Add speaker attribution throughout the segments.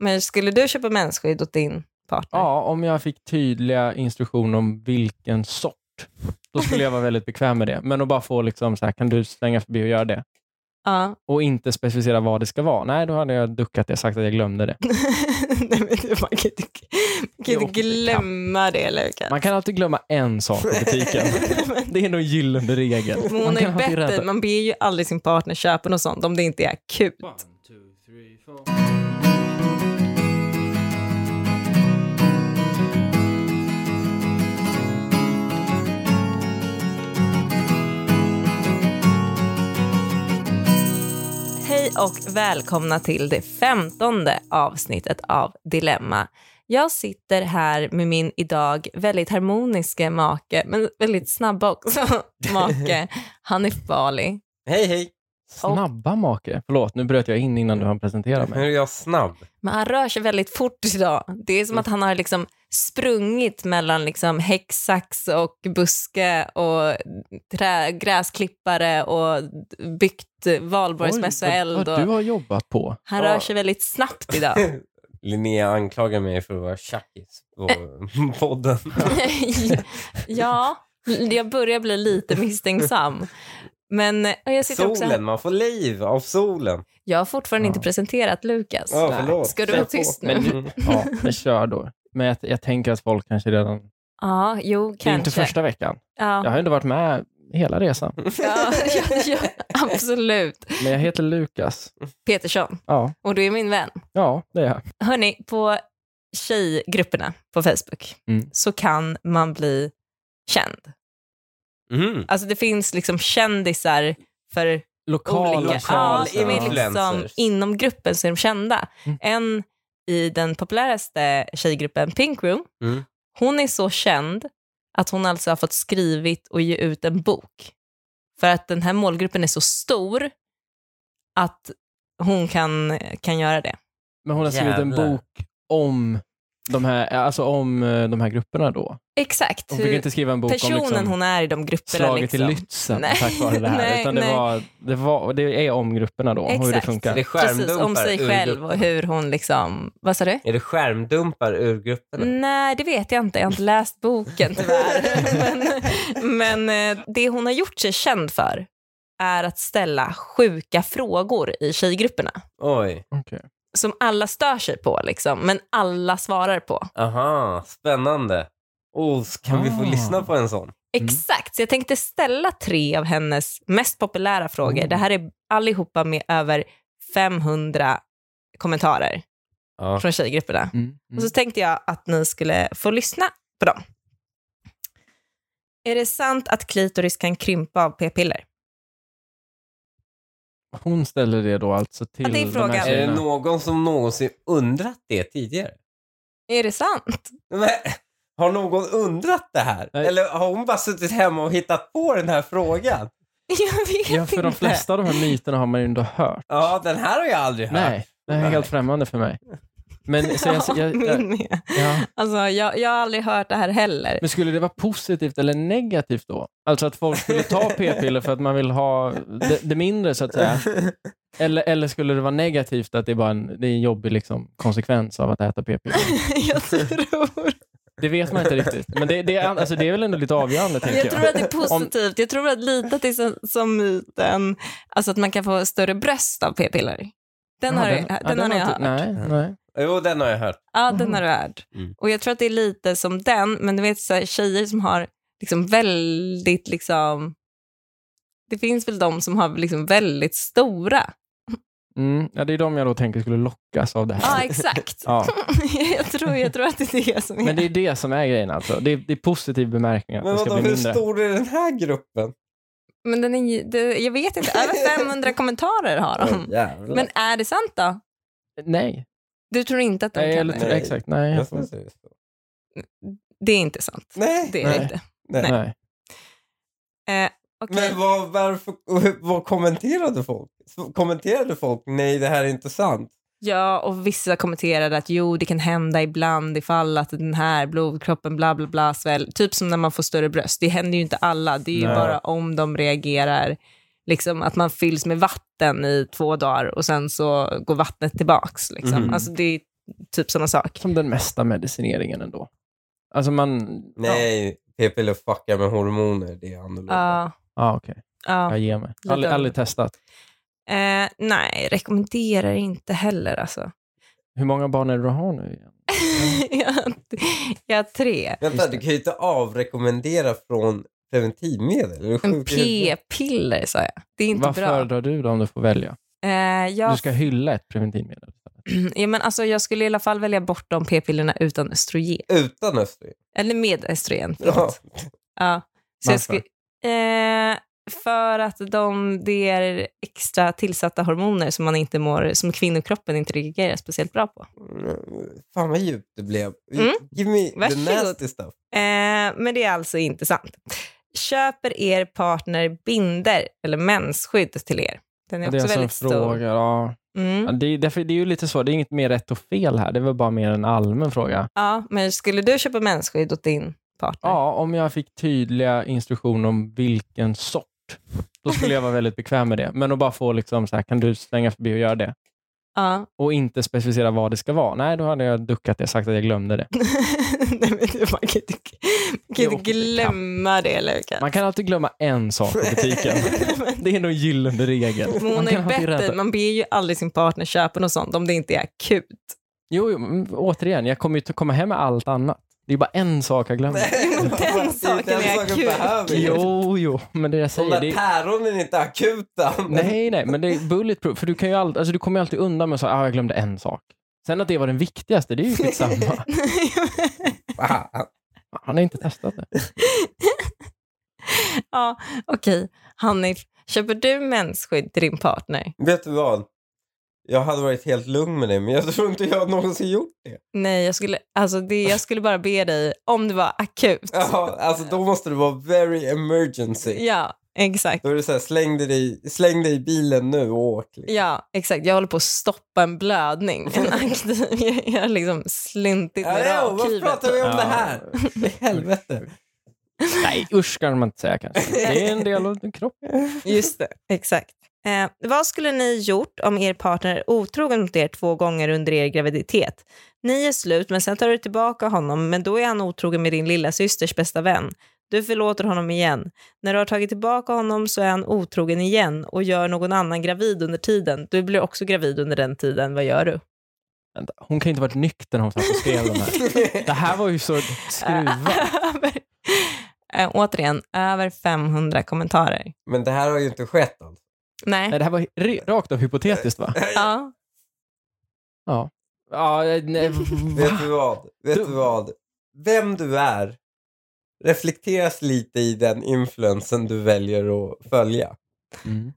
Speaker 1: Men skulle du köpa mensskydd åt din partner?
Speaker 2: Ja, om jag fick tydliga instruktioner om vilken sort, då skulle jag vara väldigt bekväm med det. Men att bara få liksom så här, kan du slänga förbi och göra det?
Speaker 1: Ja.
Speaker 2: Och inte specificera vad det ska vara. Nej, då hade jag duckat det, sagt att jag glömde det.
Speaker 1: Nej, men du, man kan inte, man kan
Speaker 2: Jo,
Speaker 1: inte
Speaker 2: det kan.
Speaker 1: glömma det Lukas.
Speaker 2: Man kan alltid glömma en sak i butiken. Det är nog gyllene regel.
Speaker 1: Men Hon
Speaker 2: Man
Speaker 1: har ju
Speaker 2: kan alltid
Speaker 1: bett dig,
Speaker 2: rädda-
Speaker 1: man ber ju aldrig sin partner köpa något sånt om det inte är akut. Hej och välkomna till det femtonde avsnittet av Dilemma. Jag sitter här med min idag väldigt harmoniska make, men väldigt snabba också, make Hanif Bali.
Speaker 3: Hej hej!
Speaker 2: Snabba make. Förlåt, nu bröt jag in innan du hann presentera
Speaker 3: Nu är
Speaker 2: mig.
Speaker 3: jag snabb.
Speaker 1: Men han rör sig väldigt fort idag. Det
Speaker 2: Mm.
Speaker 1: är som att han har liksom sprungit mellan liksom häcksax och buske och trä, gräsklippare och byggt
Speaker 2: Oj, vad-
Speaker 1: valborgsmässoeld.
Speaker 2: vad du
Speaker 1: och-
Speaker 2: har jobbat på.
Speaker 1: Han
Speaker 3: Ja.
Speaker 1: rör sig väldigt snabbt idag.
Speaker 3: Linnea anklagar mig för att vara tjackis på
Speaker 1: Eh.
Speaker 3: podden.
Speaker 1: ja, jag börjar bli lite misstänksam. Men och jag sitter också
Speaker 3: Solen, man får liv av solen.
Speaker 1: Jag har fortfarande
Speaker 2: Ja.
Speaker 1: inte presenterat Lukas.
Speaker 3: Ja,
Speaker 2: Nej.
Speaker 3: förlåt.
Speaker 1: Ska du
Speaker 3: Kör
Speaker 1: vara
Speaker 3: på. Mm.
Speaker 1: tyst nu?
Speaker 2: Men Ja, men kör då. Men jag, jag tänker att folk kanske redan...
Speaker 1: Ja, jo,
Speaker 2: Det är ju inte
Speaker 1: kanske.
Speaker 2: första veckan.
Speaker 1: ja.
Speaker 2: Jag har ju inte varit med hela resan.
Speaker 1: Mm. Ja, ja, ja, absolut.
Speaker 2: Men jag heter Lukas.
Speaker 1: Petersson,
Speaker 2: Ja,
Speaker 1: och du är min vän.
Speaker 2: ja det är jag.
Speaker 1: Hörni, på tjejgrupperna på Facebook
Speaker 2: Mm.
Speaker 1: så kan man bli känd.
Speaker 3: Mm.
Speaker 1: Alltså det finns liksom kändisar för
Speaker 2: Lokala
Speaker 1: olika...
Speaker 3: lokala
Speaker 1: Ja,
Speaker 2: kändisar.
Speaker 1: jag menar liksom,
Speaker 3: influencers.
Speaker 1: inom gruppen så är de kända.
Speaker 2: Mm.
Speaker 1: En i den populäraste tjejgruppen Pink Room,
Speaker 3: Mm.
Speaker 1: hon är så känd att hon alltså har fått skrivit och ge ut en bok. För att den här målgruppen är så stor att hon kan, kan göra det.
Speaker 2: Men hon har skrivit en
Speaker 3: Jävlar.
Speaker 2: bok om de här, alltså om eh, de här grupperna då.
Speaker 1: Exakt
Speaker 2: Hon fick
Speaker 1: hur
Speaker 2: inte skriva en bok
Speaker 1: personen
Speaker 2: om liksom,
Speaker 1: hon är i de grupperna.
Speaker 2: slaget
Speaker 1: liksom.
Speaker 2: i Lützen
Speaker 1: Nej.
Speaker 2: tack vare det här.
Speaker 1: Nej,
Speaker 2: Utan det,
Speaker 1: nej.
Speaker 2: Var, det, var, det är om grupperna då, hur det
Speaker 1: Exakt.
Speaker 3: Är
Speaker 2: funkar.
Speaker 3: det
Speaker 1: Precis,
Speaker 3: skärmdumpar
Speaker 1: om sig
Speaker 3: ur
Speaker 1: själv
Speaker 3: gruppen?
Speaker 1: och hur hon liksom, vad sa du?
Speaker 3: Är det skärmdumpar ur grupperna?
Speaker 1: Nej, det vet jag inte. Jag har inte läst boken tyvärr. men, men eh, det hon har gjort sig känd för är att ställa sjuka frågor i tjejgrupperna
Speaker 3: Oj.
Speaker 2: Okej.
Speaker 1: som alla stör sig på, liksom, men alla svarar på.
Speaker 3: Aha, spännande. Oh, s- kan vi få
Speaker 2: Ah.
Speaker 3: lyssna på en sån?
Speaker 2: Mm.
Speaker 1: Exakt, så jag tänkte ställa tre av hennes mest populära frågor.
Speaker 2: Mm.
Speaker 1: Det här är allihopa med över 500 kommentarer
Speaker 3: Ja.
Speaker 1: från tjejgrupperna.
Speaker 2: Mm.
Speaker 1: Och så tänkte jag att ni skulle få lyssna på dem. Är det sant att klitoris kan krympa av p-piller?
Speaker 2: Hon ställer det då alltså till
Speaker 1: Ja, det är Eh,
Speaker 2: de
Speaker 1: frågan.
Speaker 2: här
Speaker 3: Är det
Speaker 2: tjejerna.
Speaker 3: någon som någonsin undrat det tidigare?
Speaker 1: Är det sant?
Speaker 3: Men, har någon undrat det här?
Speaker 2: Nej.
Speaker 3: Eller har hon bara suttit hemma och hittat på den här frågan?
Speaker 1: Jag vet
Speaker 2: Ja, för
Speaker 1: inte.
Speaker 2: de flesta av de här myterna har man ju ändå hört.
Speaker 3: Ja, den här har jag aldrig hört.
Speaker 2: Nej, det här är helt främmande för mig. Men, så jag,
Speaker 1: Ja,
Speaker 2: jag, jag,
Speaker 1: min med.
Speaker 2: ja.
Speaker 1: Alltså, jag, jag har aldrig hört det här heller.
Speaker 2: Men skulle det vara positivt eller negativt då? Alltså att folk skulle ta p-piller för att man vill ha det, det mindre så att säga? Eller, eller skulle det vara negativt att det är bara en, det är en jobbig liksom, konsekvens av att äta p-piller?
Speaker 1: jag, tror,
Speaker 2: Det vet man inte riktigt. Men det, det, är, alltså, det är väl ändå lite avgörande tänker jag.
Speaker 1: jag tror att det är positivt. Jag tror att lite till som, som myten, alltså att man kan få större bröst av p-piller. Den,
Speaker 2: Ja,
Speaker 1: har,
Speaker 2: ja,
Speaker 1: den, den har jag
Speaker 2: inte-
Speaker 1: hört.
Speaker 2: Nej, nej.
Speaker 3: Jo, den har jag hört.
Speaker 1: Ja, den har du hört.
Speaker 3: Mm.
Speaker 1: Och jag tror att det är lite som den, men du vet så här, tjejer som har liksom väldigt liksom... Det finns väl de som har liksom väldigt stora.
Speaker 2: Mm, ja, det är de jag då tänker skulle lockas av det
Speaker 1: Ja,
Speaker 2: här.
Speaker 1: exakt.
Speaker 2: Ja.
Speaker 1: jag, tror, jag tror att det är det som är...
Speaker 2: Men det är det som är grejen alltså. Det är, det är positiv bemärkning att
Speaker 3: Men
Speaker 2: det ska
Speaker 3: vadå,
Speaker 2: bli
Speaker 3: hur
Speaker 2: mindre.
Speaker 3: stor är den här gruppen?
Speaker 1: Men den är, ju- det, jag vet inte, över 500 kommentarer har
Speaker 3: Oj,
Speaker 1: de.
Speaker 3: jävlar.
Speaker 1: Men är det sant då?
Speaker 2: Nej,
Speaker 1: Du tror inte att de
Speaker 2: nej,
Speaker 1: kan
Speaker 2: eller,
Speaker 1: det?
Speaker 3: Nej.
Speaker 2: exakt. Nej,
Speaker 3: Jag
Speaker 2: jag
Speaker 3: ska
Speaker 2: får,
Speaker 3: se det så.
Speaker 1: Det är inte sant.
Speaker 3: Nej,
Speaker 1: Det är det
Speaker 2: Nej.
Speaker 1: inte.
Speaker 3: nej.
Speaker 2: nej.
Speaker 1: Eh, okej.
Speaker 3: Men vad, varför, vad kommenterade folk? Kommenterade folk nej, det här är inte sant?
Speaker 1: Ja, och vissa kommenterade att jo, det kan hända ibland ifall att den här blodkroppen bla bla bla sväll. Typ som när man får större bröst. Det händer ju inte alla. Det är ju
Speaker 2: Nej.
Speaker 1: bara om de reagerar. Liksom att man fylls med vatten i två dagar och sen så går vattnet tillbaks. Liksom.
Speaker 3: Mhm.
Speaker 1: Alltså det är typ sådana saker.
Speaker 2: Som den mesta medicineringen ändå. Alltså man...
Speaker 3: Nej, p-piller fuckar med hormoner. Det är annorlunda.
Speaker 1: Ja,
Speaker 2: Ja, ah, okej.
Speaker 1: ja.
Speaker 2: Jag ger mig.
Speaker 1: Lite
Speaker 2: Aldrig,
Speaker 1: av-
Speaker 2: aldrig testat.
Speaker 1: Eh, nej, rekommenderar inte heller alltså.
Speaker 2: Hur många barn är det du har nu? igen?
Speaker 1: jag, har- jag har tre.
Speaker 3: Vänta,
Speaker 2: Just
Speaker 3: du
Speaker 2: det.
Speaker 3: kan ju inte avrekommendera från preventivmedel. Är du
Speaker 1: En
Speaker 3: sjuk i huvudet?
Speaker 1: p-piller sa jag. Det är inte
Speaker 2: Vad
Speaker 1: bra.
Speaker 2: föredrar du då om du får välja?
Speaker 1: Eh, jag,
Speaker 2: Du ska hylla ett preventivmedel.
Speaker 1: ja, men alltså, jag skulle i alla fall välja bort de p-pillerna utan östrogen.
Speaker 3: Utan östrogen.
Speaker 1: Eller med östrogen.
Speaker 3: Ja.
Speaker 1: förlåt. Ja. Så jag
Speaker 2: Varför?
Speaker 1: skulle- eh, för att de, det är extra tillsatta hormoner som, man inte mår, som kvinnokroppen inte reagerar speciellt bra på.
Speaker 3: Mm, Fan vad djupt det blev.
Speaker 1: Mm.
Speaker 3: Give me
Speaker 1: Varsågod.
Speaker 3: the nasty stuff.
Speaker 1: Eh, men det är alltså inte sant. Köper er partner binder eller mensskydd till er? Den är
Speaker 2: det är
Speaker 1: också
Speaker 2: alltså en
Speaker 1: väldigt
Speaker 2: fråga.
Speaker 1: stor.
Speaker 2: Ja.
Speaker 1: Mm.
Speaker 2: Ja, det, är, därför, det är ju lite så. Det är inget mer rätt och fel här. Det är väl bara mer en allmän fråga.
Speaker 1: Ja, men skulle du köpa mensskydd åt din partner?
Speaker 2: Ja, om jag fick tydliga instruktioner om vilken sort, då skulle jag vara väldigt bekväm med det. Men att bara få liksom så här, kan du slänga förbi och göra det?
Speaker 1: Ja.
Speaker 2: Och inte specificera vad det ska vara. Nej, då hade jag duckat det, sagt att jag glömde det.
Speaker 1: Nej, men du, man kan inte, man kan
Speaker 2: Jo,
Speaker 1: inte
Speaker 2: det kan.
Speaker 1: glömma det, Lukas.
Speaker 2: Man kan alltid glömma en sak i butiken. Det är nog gyllene regel.
Speaker 1: Men
Speaker 2: Man
Speaker 1: hon
Speaker 2: kan
Speaker 1: är
Speaker 2: alltid
Speaker 1: bättre.
Speaker 2: rätta-
Speaker 1: Man ber ju aldrig sin partner köpa något sånt om det inte är akut.
Speaker 2: Jo, jo, men återigen, jag kommer ju t- komma hem med allt annat. Det är bara en sak jag glömmer.
Speaker 1: men den
Speaker 3: Det är
Speaker 1: saken
Speaker 3: den
Speaker 1: är
Speaker 3: saken
Speaker 1: akut.
Speaker 3: behöver ju.
Speaker 2: Jo, jo, men det jag
Speaker 3: De
Speaker 2: säger...
Speaker 3: där
Speaker 2: Det är...
Speaker 3: päronen är inte akuta. men-
Speaker 2: Nej, nej, men det är bulletproof. För du, kan ju all... alltså, du kommer ju alltid undan med att säga ah, jag glömde en sak. Sen att det var den viktigaste, det är ju skitsamma.
Speaker 3: Fan.
Speaker 2: Han har inte testat det.
Speaker 1: ja, okej. Hanif, köper du mensskydd till din partner?
Speaker 3: Vet du vad? Jag hade varit helt lugn med det, men jag tror inte jag någonsin gjort det.
Speaker 1: Nej, jag skulle, alltså det, jag skulle bara be dig om det var akut.
Speaker 3: Ja, alltså då måste det vara very emergency.
Speaker 1: Ja, exakt.
Speaker 3: Då är det såhär, släng dig, i- släng dig i bilen nu och åk. liksom.
Speaker 1: Ja, exakt. Jag håller på att stoppa en blödning. En aktiv, jag har liksom sluntit med
Speaker 3: Ja, jo, varför
Speaker 1: rakhyveln.
Speaker 3: pratar vi om det här? I helvete.
Speaker 2: Nej, usch kan man inte säga kanske. Det är en del av kroppen.
Speaker 1: Just det, exakt. Eh, vad skulle ni gjort om er partner är otrogen mot er två gånger under er graviditet? Ni är slut, men sen tar du tillbaka honom, men då är han otrogen med din lilla systers bästa vän. Du förlåter honom igen. När du har tagit tillbaka honom så är han otrogen igen och gör någon annan gravid under tiden. Du blir också gravid under den tiden. Vad gör du?
Speaker 2: Vänta, hon kan ju inte ha varit nykter när hon satt och skrev de här. Det här var ju så skruvat.
Speaker 1: Över, eh, återigen, över 500 kommentarer.
Speaker 3: Men det här har ju inte skett alltså.
Speaker 1: Nej.
Speaker 2: Nej, det här var re- rakt av hypotetiskt va?
Speaker 1: Ja.
Speaker 2: Ja, eh, nej,
Speaker 3: Vet
Speaker 2: Mm. va?
Speaker 3: du vad? Vet du
Speaker 2: Du-
Speaker 3: vad? Vem du är reflekteras lite i den influensen du väljer att följa.
Speaker 2: Mm.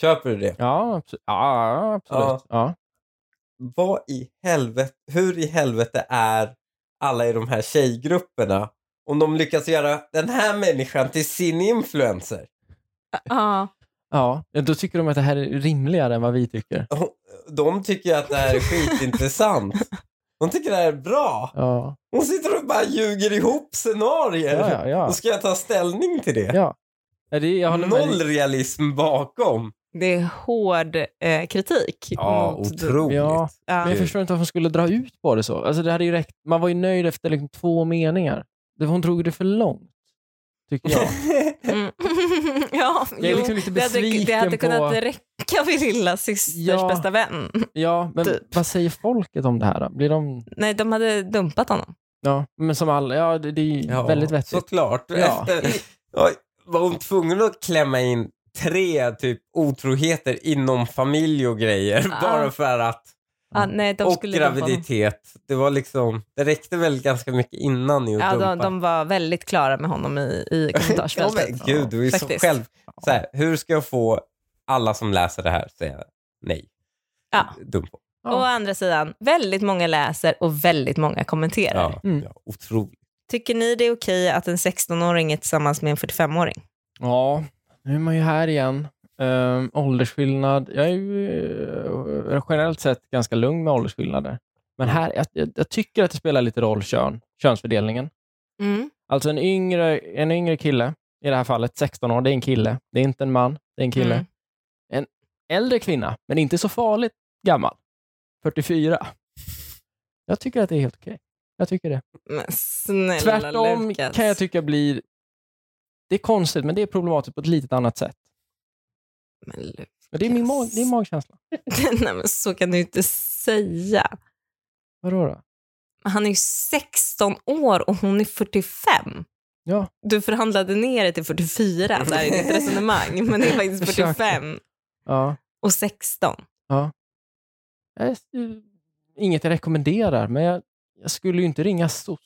Speaker 3: Köper du det?
Speaker 2: Ja, abso- ja, absolut. Ja.
Speaker 3: Vad i helvete, hur i helvete är alla i de här tjejgrupperna om de lyckas göra den här människan till sin influencer?
Speaker 1: ja.
Speaker 2: Ja. då tycker de att det här är rimligare än vad vi tycker.
Speaker 3: De tycker ju att det här är skitintressant. De tycker det här är bra.
Speaker 2: Ja,
Speaker 3: Hon sitter och bara ljuger ihop scenarier.
Speaker 2: ja, ja. ja.
Speaker 3: Och ska jag ta ställning till det?
Speaker 2: Ja, Ja, det, jag håller med.
Speaker 3: Noll realism bakom.
Speaker 1: Det är hård eh, kritik. mot
Speaker 2: Ja.
Speaker 1: Ja.
Speaker 2: Men jag förstår inte varför hon skulle dra ut på det så. Alltså, det hade ju räckt. Man var ju nöjd efter liksom två meningar. Det- Hon drog det för långt, tycker jag.
Speaker 1: Mm. ja,
Speaker 2: Jag är
Speaker 1: jo,
Speaker 2: liksom lite
Speaker 1: det, hade, det
Speaker 2: besviken
Speaker 1: hade kunnat
Speaker 2: på...
Speaker 1: räcka vid lilla systers
Speaker 2: Ja.
Speaker 1: bästa vän.
Speaker 2: Ja, men
Speaker 1: Typ.
Speaker 2: vad säger folket om det här då? Blir de...
Speaker 1: Nej, de hade dumpat honom.
Speaker 2: Ja, men som alla... Ja, det, det är ju väldigt vettigt.
Speaker 3: Såklart.
Speaker 2: Ja.
Speaker 3: Efter, ja, var hon tvungen att klämma in tre typ otroheter inom familj och grejer
Speaker 1: Ja.
Speaker 3: bara för att?
Speaker 1: Ja,
Speaker 2: Mm.
Speaker 1: nej, de
Speaker 3: och
Speaker 1: skulle dumpa honom.
Speaker 3: graviditet. Det var liksom, det räckte väl ganska mycket innan i att
Speaker 1: Ja,
Speaker 3: dumpa.
Speaker 1: de, de var väldigt klara med honom i, i
Speaker 3: Ja, men
Speaker 1: kommentarsfältet.
Speaker 3: gud, du är så
Speaker 1: Faktiskt.
Speaker 3: själv. Så här, hur ska jag få alla som läser det här säga nej?
Speaker 1: Ja.
Speaker 3: Dumpa.
Speaker 1: Och Å andra sidan, väldigt många läser och väldigt många kommenterar.
Speaker 3: Ja,
Speaker 2: Mm.
Speaker 3: ja, otroligt.
Speaker 1: Tycker ni det är okej att en 16-åring är tillsammans med en 45-åring?
Speaker 2: Ja, nu är man ju här igen. Ehm, åldersskillnad. Jag är ju eh, generellt sett ganska lugn med åldersskillnader. Men här, jag, jag, jag tycker att det spelar lite roll, kön, könsfördelningen.
Speaker 1: Mm.
Speaker 2: Alltså en yngre, en yngre kille, i det här fallet 16 år, det är en kille. Det är inte en man, det är en kille.
Speaker 1: Mm.
Speaker 2: Äldre kvinna, men inte så farligt gammal. 44. Jag tycker att det är helt okej. Jag tycker det.
Speaker 1: Men snälla
Speaker 2: Tvärtom
Speaker 1: Lukas.
Speaker 2: kan jag tycka blir... Det är konstigt, men det är problematiskt på ett litet annat sätt.
Speaker 1: Men Lu-
Speaker 2: Men det är min mag,
Speaker 1: Yes.
Speaker 2: det är magkänsla.
Speaker 1: Nej, men så kan du inte säga.
Speaker 2: Vadå då?
Speaker 1: Han är ju 16 år och hon är 45.
Speaker 2: Ja.
Speaker 1: Du förhandlade ner det till 44 där i ditt resonemang, men det är faktiskt
Speaker 2: Försökte.
Speaker 1: 45
Speaker 2: Ja.
Speaker 1: och 16.
Speaker 2: Jag är, inget jag rekommenderar, men jag, jag skulle ju inte ringa SOS.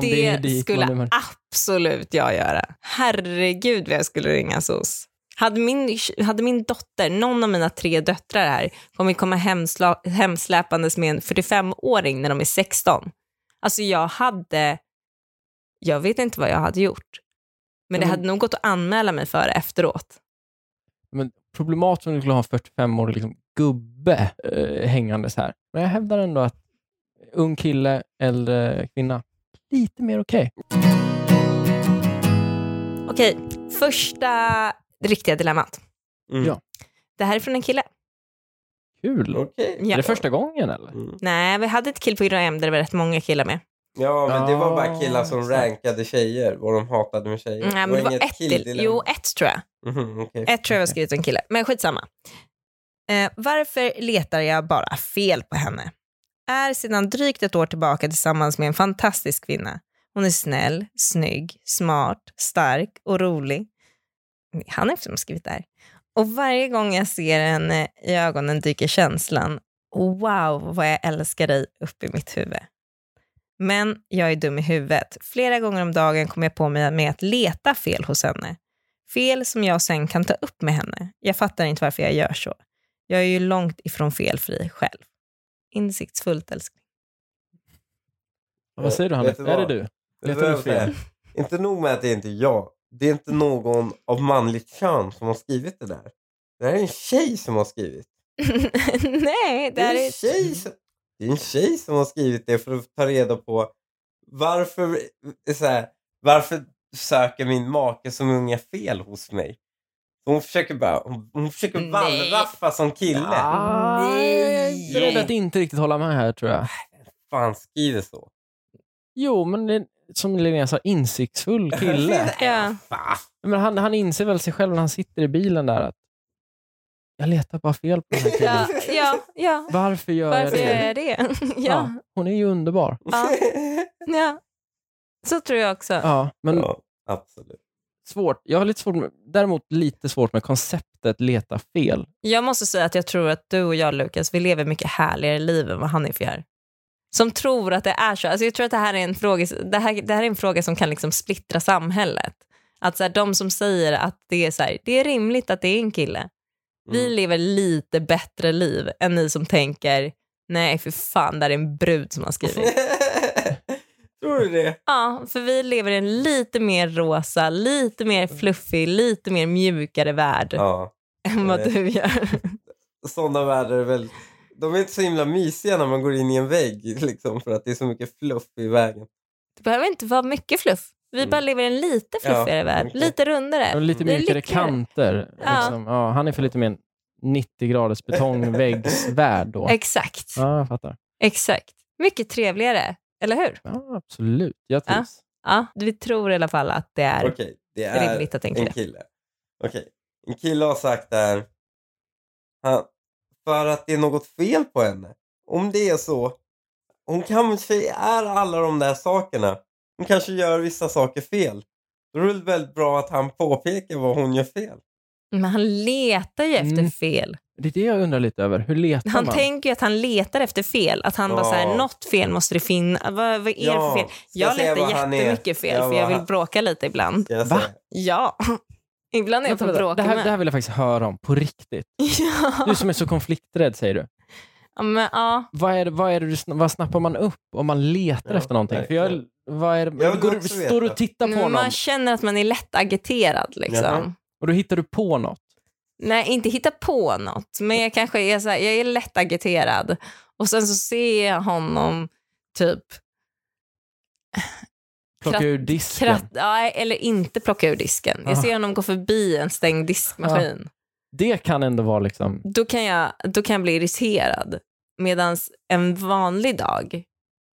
Speaker 2: det är
Speaker 1: Det,
Speaker 2: dit man
Speaker 1: skulle
Speaker 2: dömer.
Speaker 1: absolut jag göra. Herregud vad jag skulle ringa SOS. Hade min, hade min dotter, någon av mina tre döttrar här, kommit komma hemsla, hemsläpandes med en 45-åring när de är 16. Alltså jag hade, jag vet inte vad jag hade gjort. Men det
Speaker 2: Men-
Speaker 1: hade nog gått att anmäla mig för efteråt.
Speaker 2: Problematiskt om du skulle ha en 45-årig liksom, gubbe eh, hängandes här. Men jag hävdar ändå att ung kille, äldre kvinna, lite mer okej.
Speaker 1: Okej, första riktiga dilemmat.
Speaker 3: Mm.
Speaker 2: Ja.
Speaker 1: Det här är från en kille.
Speaker 2: Kul.
Speaker 3: Okej.
Speaker 1: Ja.
Speaker 2: Är det första gången eller?
Speaker 3: Mm.
Speaker 1: Nej, vi hade ett kill på Instagram där det var rätt många killar med.
Speaker 3: Ja, men det var
Speaker 2: Ja,
Speaker 3: bara killar som
Speaker 2: exakt.
Speaker 3: rankade tjejer, vad de hatade med tjejer.
Speaker 2: Mm.
Speaker 1: Nej, men det var ett till.
Speaker 3: killdilemma.
Speaker 1: Jo, ett tror jag.
Speaker 3: Mhm, okej.
Speaker 1: Ett tror jag var skrivet av en kille, men skitsamma. Eh, varför letar jag bara fel på henne? Är sedan drygt ett år tillbaka tillsammans med en fantastisk kvinna. Hon är snäll, snygg, smart, stark och rolig. Han är som har skrivit där. Och varje gång jag ser henne i ögonen dyker känslan wow vad jag älskar dig upp i mitt huvud. Men jag är dum i huvudet. Flera gånger om dagen kommer jag på mig med att leta fel hos henne. Fel som jag sen kan ta upp med henne. Jag fattar inte varför jag gör så. Jag är ju långt ifrån felfri själv. Insiktsfullt älskling.
Speaker 2: Vad säger du Hannes?
Speaker 3: Vet du vad?
Speaker 2: Är det du?
Speaker 3: Det
Speaker 2: Letar du
Speaker 3: behöver
Speaker 2: fel?
Speaker 3: jag. Inte nog med att det inte är jag. Det är inte någon av manligt kön som har skrivit det där. Det här är en tjej som har skrivit.
Speaker 1: Nej, det
Speaker 3: Det är
Speaker 1: här
Speaker 3: en
Speaker 1: är...
Speaker 3: tjej som, det är en tjej som har skrivit det för att ta reda på varför, eh, så här, varför söker min make som unga fel hos mig? Hon försöker bara, hon, hon försöker
Speaker 1: Nej.
Speaker 3: wallraffa som kille.
Speaker 1: Nej.
Speaker 2: Ah, Jag är rädd att inte riktigt hålla med här tror jag.
Speaker 3: Fan skriver så.
Speaker 2: Jo, men det, som Linnea sa, insiktsfull kille.
Speaker 1: Ja.
Speaker 3: Fan.
Speaker 2: Men han, han inser väl sig själv när han sitter i bilen där att jag letar bara fel på den här killen.
Speaker 1: Ja, ja, ja.
Speaker 2: Varför gör
Speaker 1: Varför
Speaker 2: jag det?
Speaker 1: gör jag det? Ja,
Speaker 2: hon är ju underbar.
Speaker 1: Ja. ja. Så tror jag också.
Speaker 2: Ja, men
Speaker 3: ja, absolut.
Speaker 2: svårt. Jag har lite svårt med, däremot lite svårt med konceptet leta fel.
Speaker 1: Jag måste säga att jag tror att du och jag, Lukas, vi lever mycket härligare liv än vad han är för här. Som tror att det är så. Alltså jag tror att det här är en fråga, det här, det här är en fråga som kan liksom splittra samhället. Att så här, de som säger att det är, så här, det är rimligt att det är en kille. Vi
Speaker 3: Mm.
Speaker 1: lever lite bättre liv än ni som tänker nej för fan, där är en brud som har skrivit.
Speaker 3: Tror du det?
Speaker 1: ja, för vi lever i en lite mer rosa, lite mer fluffig, lite mer mjukare värld
Speaker 3: Mm. Ja.
Speaker 1: än vad
Speaker 3: jag vet.
Speaker 1: du gör.
Speaker 3: Sådana världar är väl... De är inte så himla mysiga när man går in i en vägg liksom, för att det är så mycket fluff i vägen.
Speaker 1: Det behöver inte vara mycket fluff. Vi
Speaker 3: Mm.
Speaker 1: bara lever i en lite fluffigare
Speaker 3: Ja,
Speaker 1: värld,
Speaker 3: okej. Mm.
Speaker 1: lite rundare.
Speaker 2: Men Lite
Speaker 1: Det är
Speaker 2: mjukare
Speaker 1: lyckligare.
Speaker 2: kanter.
Speaker 1: Ja.
Speaker 2: Liksom. Ja, han är för lite mer en 90 graders betongväggsvärld då.
Speaker 1: Exakt,
Speaker 2: Ja, jag fattar.
Speaker 1: exakt. Mycket trevligare, eller hur?
Speaker 2: Ja, absolut. Jag
Speaker 1: Ja.
Speaker 2: trivs.
Speaker 1: Ja, vi tror i alla fall att det är
Speaker 3: Okej, det är
Speaker 1: rimligt att tänka
Speaker 3: en
Speaker 1: det.
Speaker 3: kille. Okej, en kille har sagt där. Han, för att det är något fel på henne. Om det är så. Hon kanske är alla de där sakerna. Hon kanske gör vissa saker fel. Då är det väl väldigt bra att han påpekar vad hon gör fel.
Speaker 1: Men han letar ju efter
Speaker 2: Mm.
Speaker 1: fel.
Speaker 2: Det är det jag undrar lite över. Hur letar
Speaker 1: Han
Speaker 2: man?
Speaker 1: tänker ju att han letar efter fel. Att han bara
Speaker 3: Ja.
Speaker 1: så här, något fel måste det finnas. Vad, vad är det för fel?
Speaker 3: ska
Speaker 1: Jag
Speaker 3: säga
Speaker 1: letar
Speaker 3: vad han är.
Speaker 1: jättemycket fel
Speaker 3: Ja,
Speaker 1: för jag
Speaker 3: vad
Speaker 1: vill
Speaker 3: han-
Speaker 1: bråka lite ibland.
Speaker 3: Ska jag
Speaker 2: Va?
Speaker 3: säga?
Speaker 1: Ja, ibland är jag
Speaker 2: Vänta,
Speaker 1: på
Speaker 2: vänta.
Speaker 1: bråk
Speaker 2: det, här,
Speaker 1: med.
Speaker 2: det här vill jag faktiskt höra om, på riktigt. Du som är så konflikträdd, säger du.
Speaker 1: Ja, men, ja.
Speaker 2: Vad, är, det- vad, är det, du sna- vad snappar man upp om man letar
Speaker 3: Ja,
Speaker 2: efter någonting? För jag,
Speaker 3: verkligen.
Speaker 2: vad är det,
Speaker 3: Jag vill
Speaker 2: går, du-
Speaker 3: också
Speaker 2: står du
Speaker 3: veta.
Speaker 2: och tittar på
Speaker 1: Man
Speaker 2: honom
Speaker 1: känner att man är lätt agiterad liksom.
Speaker 3: Jaha.
Speaker 2: och då hittar du på något?
Speaker 1: Nej, inte hitta på något, men jag kanske är så här, jag är lätt agiterad. Och sen så ser jag honom typ,
Speaker 2: Plocka
Speaker 1: Kratt-
Speaker 2: ur disken?
Speaker 1: kratt, ja, eller inte plocka ur disken. Jag
Speaker 2: Ah.
Speaker 1: ser honom gå förbi en stängd diskmaskin.
Speaker 2: Det kan ändå vara liksom...
Speaker 1: Då, kan jag, då kan jag bli irriterad. Medan en vanlig dag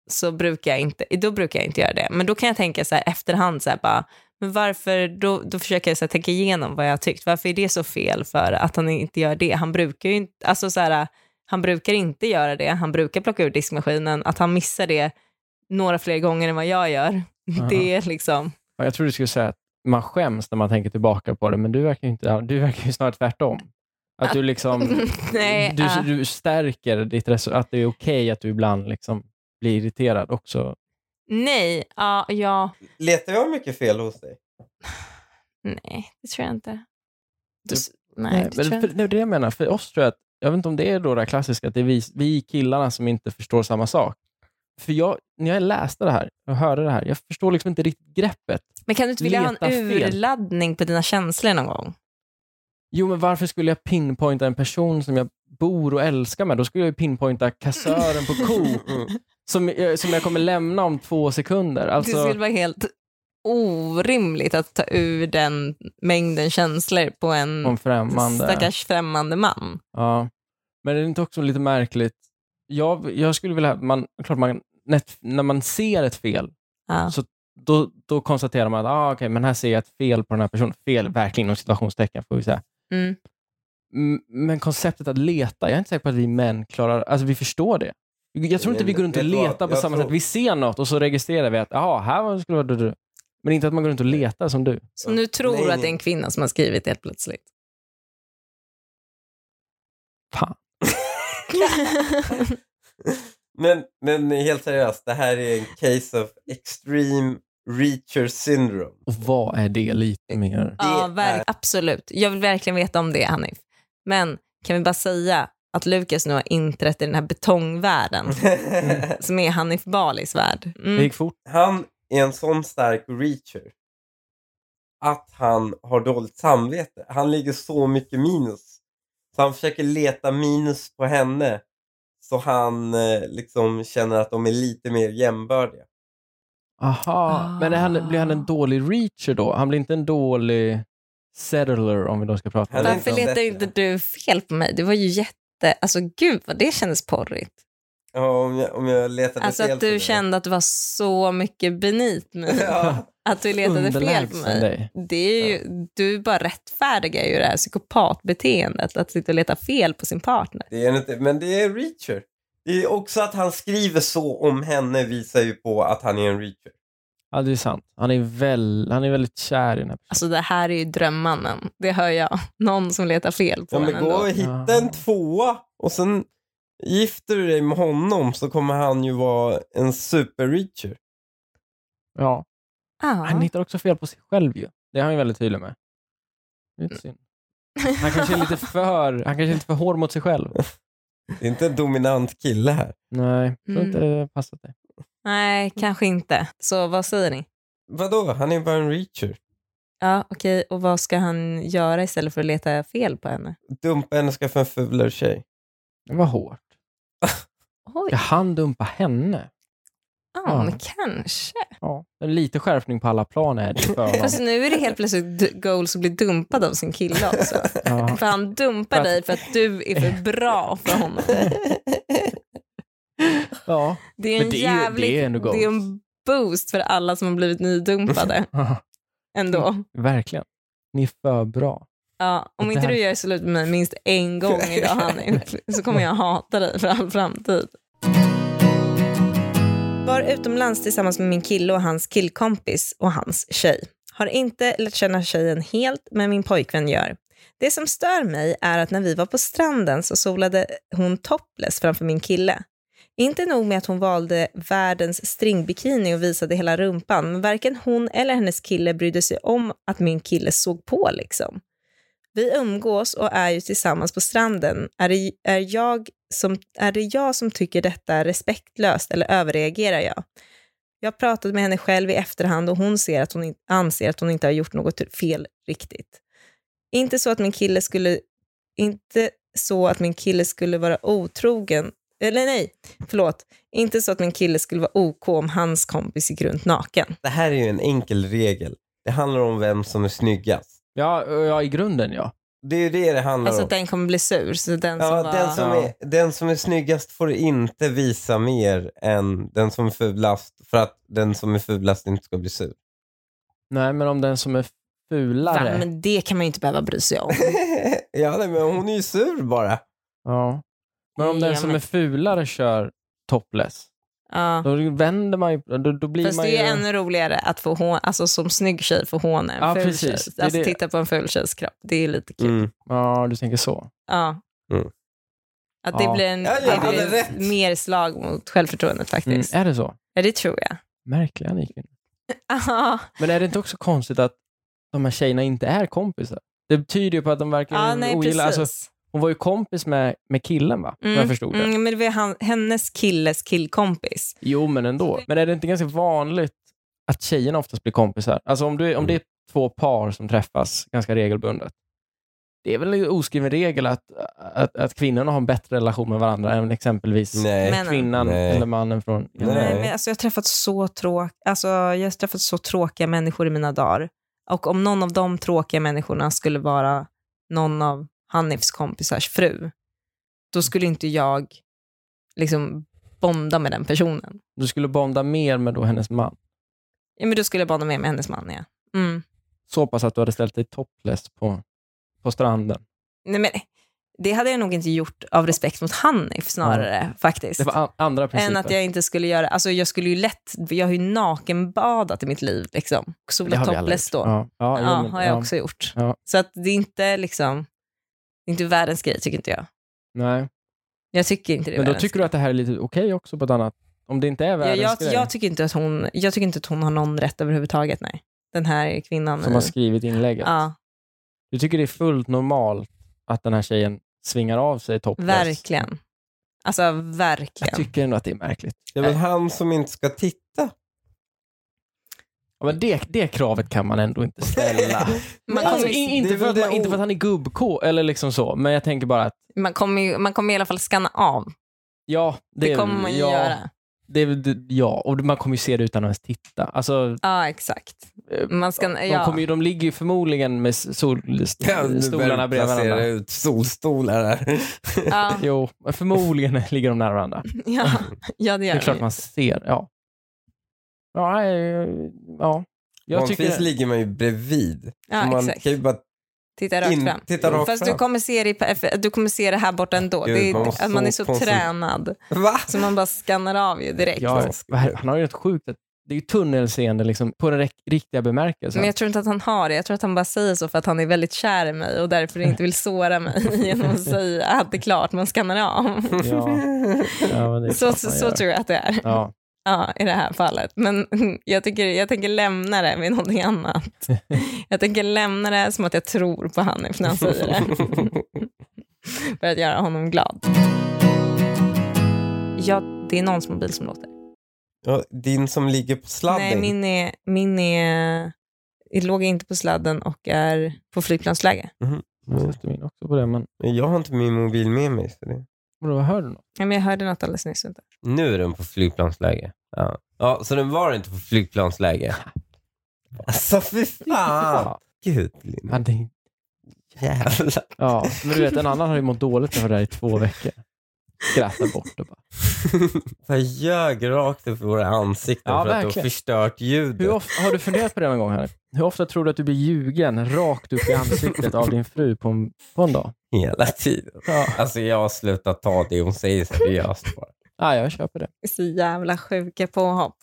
Speaker 1: så brukar jag inte, då brukar jag inte göra det. Men då kan jag tänka så här efterhand, så här bara, men varför, då, då försöker jag så här, tänka igenom vad jag har tyckt. Varför är det så fel för att han inte gör det? Han brukar ju inte, alltså så här, han brukar inte göra det. Han brukar plocka ur diskmaskinen. Att han missar det några fler gånger än vad jag gör, det är liksom,
Speaker 2: Ja, Jag tror du skulle säga att man skäms när man tänker tillbaka på det, men du verkar ju, inte, du verkar ju snarare tvärtom. Att du liksom
Speaker 1: nej.
Speaker 2: du,
Speaker 1: ah.
Speaker 2: du stärker ditt reso- att det är okej att du ibland liksom blir irriterad också.
Speaker 1: Nej, ja, ja,
Speaker 3: Letar jag mycket fel hos dig?
Speaker 1: nej, det tror jag inte. Du,
Speaker 2: Du-
Speaker 1: s- nej, det
Speaker 2: men
Speaker 1: tror jag
Speaker 2: för,
Speaker 1: inte.
Speaker 2: det är det jag menar. För oss tror jag att, jag vet inte om det är då det här klassiska, att det är vi, vi killarna som inte förstår samma sak. För jag, när jag läste det här och hörde det här, jag förstår liksom inte riktigt greppet.
Speaker 1: Men kan du inte vilja ha
Speaker 2: Leta
Speaker 1: en
Speaker 2: fel.
Speaker 1: urladdning på dina känslor någon gång?
Speaker 2: Jo, men varför skulle jag pinpointa en person som jag bor och älskar med? Då skulle jag ju pinpointa kassören på Coop som, jag- som jag kommer lämna om två sekunder. Alltså,
Speaker 1: Det skulle vara helt orimligt att ta ur den mängden känslor på en
Speaker 2: om främmande.
Speaker 1: Mm. stackars främmande man.
Speaker 2: Ja. Men är det inte också lite märkligt? Jag, jag skulle vilja, man, klart man, när, när man ser ett fel,
Speaker 1: Ja.
Speaker 2: då, då konstaterar man att ah, okej, men här ser jag ett fel på den här personen. Fel, verkligen inom situationstecken får vi säga.
Speaker 1: Mm.
Speaker 2: M- Men konceptet att leta, jag är inte säker på att vi män klarar, alltså vi förstår det. Jag tror inte vi går runt och
Speaker 3: Vet du vad?
Speaker 2: letar på
Speaker 3: Jag
Speaker 2: samma
Speaker 3: tror-
Speaker 2: sätt. Vi ser något och så registrerar vi att jaha, här var det skulle vara du, du. Men inte att man går runt och letar som du.
Speaker 1: Så nu tror
Speaker 3: Nej,
Speaker 1: du att
Speaker 3: nej.
Speaker 1: det är en kvinna som har skrivit helt plötsligt.
Speaker 2: Fan.
Speaker 3: Men, men helt seriöst, det här är en case of extreme reacher syndrome.
Speaker 2: Och vad är det lite mer?
Speaker 1: ja,
Speaker 3: Det
Speaker 1: verk-
Speaker 3: är-
Speaker 1: absolut. Jag vill verkligen veta om det, Hanif. Men kan vi bara säga att Lukas nu har inträtt i den här betongvärlden
Speaker 2: Mm.
Speaker 1: som är Hanif Balis värld.
Speaker 2: Det
Speaker 1: Mm.
Speaker 2: gick fort.
Speaker 3: han är en sån stark reacher att han har dåligt samvete. Han ligger så mycket minus. Så han försöker leta minus på henne så han eh, liksom känner att de är lite mer jämbördiga.
Speaker 2: Aha. Ah. Men är han, blir han en dålig reacher då? Han blir inte en dålig settler om vi då ska prata om
Speaker 3: Han är
Speaker 2: det.
Speaker 1: Varför
Speaker 3: inte
Speaker 1: letar
Speaker 3: bättre.
Speaker 1: inte du fel på mig? Det var ju jätte... Alltså gud vad det kändes porrigt.
Speaker 3: Ja, om, jag, om jag letade
Speaker 1: Alltså
Speaker 3: fel
Speaker 1: att
Speaker 3: på
Speaker 1: du
Speaker 3: det.
Speaker 1: kände att du var så mycket benit mig.
Speaker 3: ja.
Speaker 1: Att du letade fel på
Speaker 2: Underlägsen
Speaker 1: mig.
Speaker 2: dig.
Speaker 1: Det är ju, du bara rättfärdigar ju det här psykopatbeteendet, att sitta och leta fel på sin partner.
Speaker 3: Det är han inte, men det är reacher. Det är också att han skriver så om henne visar ju på att han är en reacher.
Speaker 2: Ja, det är sant. Han är, väl, han är väldigt kär i den här personen.
Speaker 1: Alltså det här är ju drömmannen, det hör jag. Någon som letar fel på
Speaker 3: Ja,
Speaker 1: en
Speaker 3: men gå
Speaker 1: ändå.
Speaker 3: och hitta en
Speaker 2: Ja.
Speaker 3: tvåa och sen gifter du dig med honom så kommer han ju vara en super-reacher.
Speaker 2: Ja. Han
Speaker 1: Ja.
Speaker 2: hittar också fel på sig själv ju. Det är han ju väldigt tydlig med. Det är inte synd. Han kanske är lite för, han kanske är lite för hård mot sig själv.
Speaker 3: Det är inte en dominant kille här.
Speaker 2: Nej, jag tror inte
Speaker 1: Mm.
Speaker 2: det passar dig.
Speaker 1: Nej, kanske inte. Så vad säger ni?
Speaker 3: Vadå? Han är bara en reacher.
Speaker 1: Ja, okej. Och vad ska han göra istället för att leta fel på henne?
Speaker 3: Dumpa henne och skaffa en fulare tjej.
Speaker 2: Det var hårt.
Speaker 1: Oj,
Speaker 2: Ska han dumpa henne?
Speaker 1: ja, men kanske.
Speaker 2: Ja. Men Lite skärpning på alla plan är det ju för honom.
Speaker 1: Fast nu är det helt plötsligt d- goals att bli dumpad av sin kille också.
Speaker 2: Ja.
Speaker 1: För han dumpar
Speaker 2: Fast-
Speaker 1: dig för att du är för bra för honom.
Speaker 2: ja.
Speaker 1: Det är
Speaker 2: Men
Speaker 1: en
Speaker 2: det är ju-
Speaker 1: jävligt...
Speaker 2: det är ändå
Speaker 1: det är en boost för alla som har blivit nydumpade ändå.
Speaker 2: Verkligen. Ni är för bra.
Speaker 1: Ja, om
Speaker 2: Det
Speaker 1: inte
Speaker 2: här-
Speaker 1: du gör slut med mig minst en gång idag, Hanni, så kommer jag hata dig för all framtid. Var utomlands tillsammans med min kille och hans killkompis och hans tjej. Har inte lärt känna tjejen helt, men min pojkvän gör. Det som stör mig är att när vi var på stranden så solade hon topless framför min kille. Inte nog med att hon valde världens stringbikini och visade hela rumpan, men varken hon eller hennes kille brydde sig om att min kille såg på liksom. Vi umgås och är ju tillsammans på stranden. Är det, är, jag som, är det jag som tycker detta är respektlöst eller överreagerar jag? Jag pratade med henne själv i efterhand och hon ser att hon in- anser att hon inte har gjort något fel riktigt. Inte så att min kille skulle, inte så att min kille skulle vara otrogen, eller nej, förlåt, inte så att min kille skulle vara OK om hans kompis gick runt naken.
Speaker 3: Det här är ju en enkel regel. Det handlar om vem som är snyggast.
Speaker 2: Ja, ja i grunden ja.
Speaker 3: Det är ju det det handlar
Speaker 1: Alltså
Speaker 3: om.
Speaker 1: att den kommer bli sur. Så den som
Speaker 3: ja,
Speaker 1: var...
Speaker 3: den, som
Speaker 2: Ja.
Speaker 3: är, den som är snyggast får inte visa mer än den som är fulast för att den som är fulast inte ska bli sur.
Speaker 2: Nej, men om den som är
Speaker 1: Va,
Speaker 2: fulare.
Speaker 1: men det kan man ju inte behöva bry sig om.
Speaker 3: ja, nej, men hon är ju sur bara.
Speaker 2: Ja. Men om den
Speaker 1: Ja,
Speaker 2: som
Speaker 1: men-
Speaker 2: är fulare kör topless,
Speaker 1: Ja.
Speaker 2: då vänder man ju... Då, då blir
Speaker 1: Fast
Speaker 2: man
Speaker 1: det är
Speaker 2: ju...
Speaker 1: ju ännu roligare att få hån, alltså som snygg tjej få håna en
Speaker 2: Ja,
Speaker 1: ful
Speaker 2: precis.
Speaker 1: tjej.
Speaker 2: Det är
Speaker 1: Alltså
Speaker 2: det.
Speaker 1: titta på en ful tjejs kropp, det är ju lite kul.
Speaker 3: Mm.
Speaker 2: Ja, du tänker så.
Speaker 1: Ja.
Speaker 3: Mm.
Speaker 1: Att det
Speaker 2: Ja.
Speaker 1: blir, en,
Speaker 3: Ja, jag
Speaker 1: det
Speaker 3: hade
Speaker 1: blir
Speaker 3: rätt.
Speaker 1: mer slag mot självförtroendet
Speaker 2: Mm.
Speaker 1: faktiskt.
Speaker 2: Är det så?
Speaker 1: Ja, det tror jag.
Speaker 2: Märkliga ni kvinnor.
Speaker 1: Ja,
Speaker 2: Men är det inte också konstigt att de här tjejerna inte är kompisar? Det tyder ju på att de verkligen
Speaker 1: ja nej precis.
Speaker 2: ogillar... Alltså, hon var ju kompis med, med killen, va? Om
Speaker 1: Mm,
Speaker 2: jag förstod det.
Speaker 1: mm, men det var han, hennes killes killkompis.
Speaker 2: Jo, men ändå. Men är det inte ganska vanligt att tjejerna oftast blir kompisar? Alltså om, du, om det är två par som träffas ganska regelbundet. Det är väl en oskriven regel att, att, att kvinnorna har en bättre relation med varandra än exempelvis
Speaker 3: Nej.
Speaker 1: Men-
Speaker 2: kvinnan
Speaker 3: Nej.
Speaker 2: eller mannen från...
Speaker 3: Nej.
Speaker 1: Nej, men alltså jag, har träffat så tråk, alltså jag har träffat så tråkiga människor i mina dagar. Och om någon av de tråkiga människorna skulle vara någon av Hanifs kompisars fru, då skulle inte jag liksom bonda med den personen.
Speaker 2: Du skulle bonda mer med då hennes man.
Speaker 1: Ja, men då skulle jag bonda mer med hennes man. Ja. Mm.
Speaker 2: Så pass att du hade ställt dig topless på, på stranden.
Speaker 1: Nej, men det hade jag nog inte gjort av respekt mot Hanif snarare faktiskt.
Speaker 2: Det var an- andra principer.
Speaker 1: Än att jag inte skulle göra, alltså jag skulle ju lätt, jag har ju nakenbadat i mitt liv liksom. Och
Speaker 2: Det
Speaker 1: solat
Speaker 2: har vi alla
Speaker 1: topless
Speaker 2: gjort.
Speaker 1: då.
Speaker 2: Ja, ja,
Speaker 1: Ja,
Speaker 2: jo, men-
Speaker 1: har jag
Speaker 2: ja.
Speaker 1: också gjort.
Speaker 2: Ja.
Speaker 1: Så att det är inte liksom, det är inte världens grej tycker inte jag.
Speaker 2: Nej.
Speaker 1: Jag tycker inte det är
Speaker 2: Men då
Speaker 1: världens
Speaker 2: tycker du att det här är lite okej också på ett annat... Om det inte
Speaker 1: grej.
Speaker 2: är världens
Speaker 1: jag, jag,
Speaker 2: grej
Speaker 1: jag, tycker inte att hon, jag tycker inte att hon har någon rätt överhuvudtaget, nej. Den här kvinnan.
Speaker 2: som
Speaker 1: i-
Speaker 2: har skrivit inlägget.
Speaker 1: ja,
Speaker 2: Du tycker det är fullt normalt att den här tjejen svingar av sig topless?
Speaker 1: verkligen. Alltså
Speaker 2: Jag
Speaker 1: verkligen.
Speaker 2: tycker ändå att det är märkligt.
Speaker 3: Det är väl han som inte ska titta.
Speaker 2: Ja, men det, det kravet kan man ändå inte ställa.
Speaker 1: Man
Speaker 2: alltså,
Speaker 1: kommer,
Speaker 2: in,
Speaker 1: ju-
Speaker 2: inte,
Speaker 3: det är
Speaker 2: för
Speaker 3: väl
Speaker 2: att
Speaker 3: det
Speaker 2: man, inte för att han är gubbk eller liksom så, men jag tänker bara att
Speaker 1: man, kommer, ju- man kommer i alla fall skanna av.
Speaker 2: ja, det,
Speaker 1: Det,
Speaker 2: är-
Speaker 1: kommer man ju
Speaker 2: ja,
Speaker 1: göra.
Speaker 2: Det, är väl det- ja, och man kommer ju se det utan att ens titta. Alltså,
Speaker 1: Ja, exakt.
Speaker 2: eh,
Speaker 1: Man ska,
Speaker 2: de,
Speaker 1: ja.
Speaker 2: kommer ju, de ligger ju förmodligen med sol, stolarna bredvid varandra.
Speaker 3: ut solstolar här.
Speaker 1: Ja,
Speaker 2: Jo, men förmodligen ligger de nära varandra.
Speaker 1: ja, ja, det
Speaker 2: Det
Speaker 1: gör
Speaker 2: är
Speaker 1: man
Speaker 2: klart
Speaker 1: ju.
Speaker 2: man ser. Ja. Ja, nej, ja. Jag
Speaker 3: Vanligtvis
Speaker 2: tycker...
Speaker 3: ligger man ju bredvid. Så
Speaker 1: Ja,
Speaker 3: man
Speaker 1: exakt.
Speaker 3: kan ju bara
Speaker 1: Titta rakt
Speaker 3: in-
Speaker 1: fram.
Speaker 3: titta rakt
Speaker 1: Fast
Speaker 3: fram.
Speaker 1: du kommer, se det, i perf- du kommer se det här borta ändå.
Speaker 3: Gud,
Speaker 1: det är,
Speaker 3: man
Speaker 1: man,
Speaker 3: måste
Speaker 1: att man är
Speaker 3: så
Speaker 1: så
Speaker 3: konstigt.
Speaker 1: tränad.
Speaker 3: Va?
Speaker 1: Så man bara skannar av ju direkt. Liksom.
Speaker 2: Ja, vad här- han har ju ett sjukt... Det är ju tunnelseende liksom, på den räk- riktiga bemärkelsen.
Speaker 1: Men jag tror inte att han har det. Jag tror att han bara säger så för att han är väldigt kär i mig och därför inte vill såra mig genom att säga att det är klart man skannar av.
Speaker 2: Ja, ja, men det är
Speaker 1: Så,
Speaker 2: klart
Speaker 1: så,
Speaker 2: man
Speaker 1: så
Speaker 2: gör.
Speaker 1: tror jag att det är
Speaker 2: Ja.
Speaker 1: ja, i det här fallet. Men jag, tycker, jag tänker lämna det med någonting annat. Jag tänker lämna det som att jag tror på Hanif när han säger det. För att göra honom glad. Ja, det är någons mobil som låter.
Speaker 3: Ja, Din som ligger på sladden.
Speaker 1: Nej, min, är, min är, är, låg inte på sladden och är på flygplansläge.
Speaker 2: Jag sätter min också på det, men
Speaker 3: Mm. Jag har inte min mobil med mig. Så det...
Speaker 2: vadå, vad hör du något?
Speaker 1: Ja, men jag hörde något alldeles nyss. Vänta.
Speaker 3: Nu är den på flygplansläge. Ja. ja, så den var inte på flygplansläge. Alltså fy fan.
Speaker 2: Ja,
Speaker 3: Gud, Linus.
Speaker 2: ja, det,
Speaker 3: Jävlar.
Speaker 2: ja, men du vet, en annan har ju mått dåligt över det här i två veckor. Skrattar bort det bara.
Speaker 3: Jag ljög rakt upp i våra ansikten
Speaker 2: Ja,
Speaker 3: för att du har
Speaker 2: verkligen.
Speaker 3: förstört ljudet.
Speaker 2: Hur ofta, har du funderat på det någon gång, här? Hur ofta tror du att du blir ljugen rakt upp i ansiktet av din fru på en, på en dag?
Speaker 3: Hela tiden.
Speaker 2: Ja,
Speaker 3: Alltså jag har slutat ta det hon säger seriöst bara.
Speaker 2: ja jag köper det.
Speaker 1: Så jävla sjuka påhopp.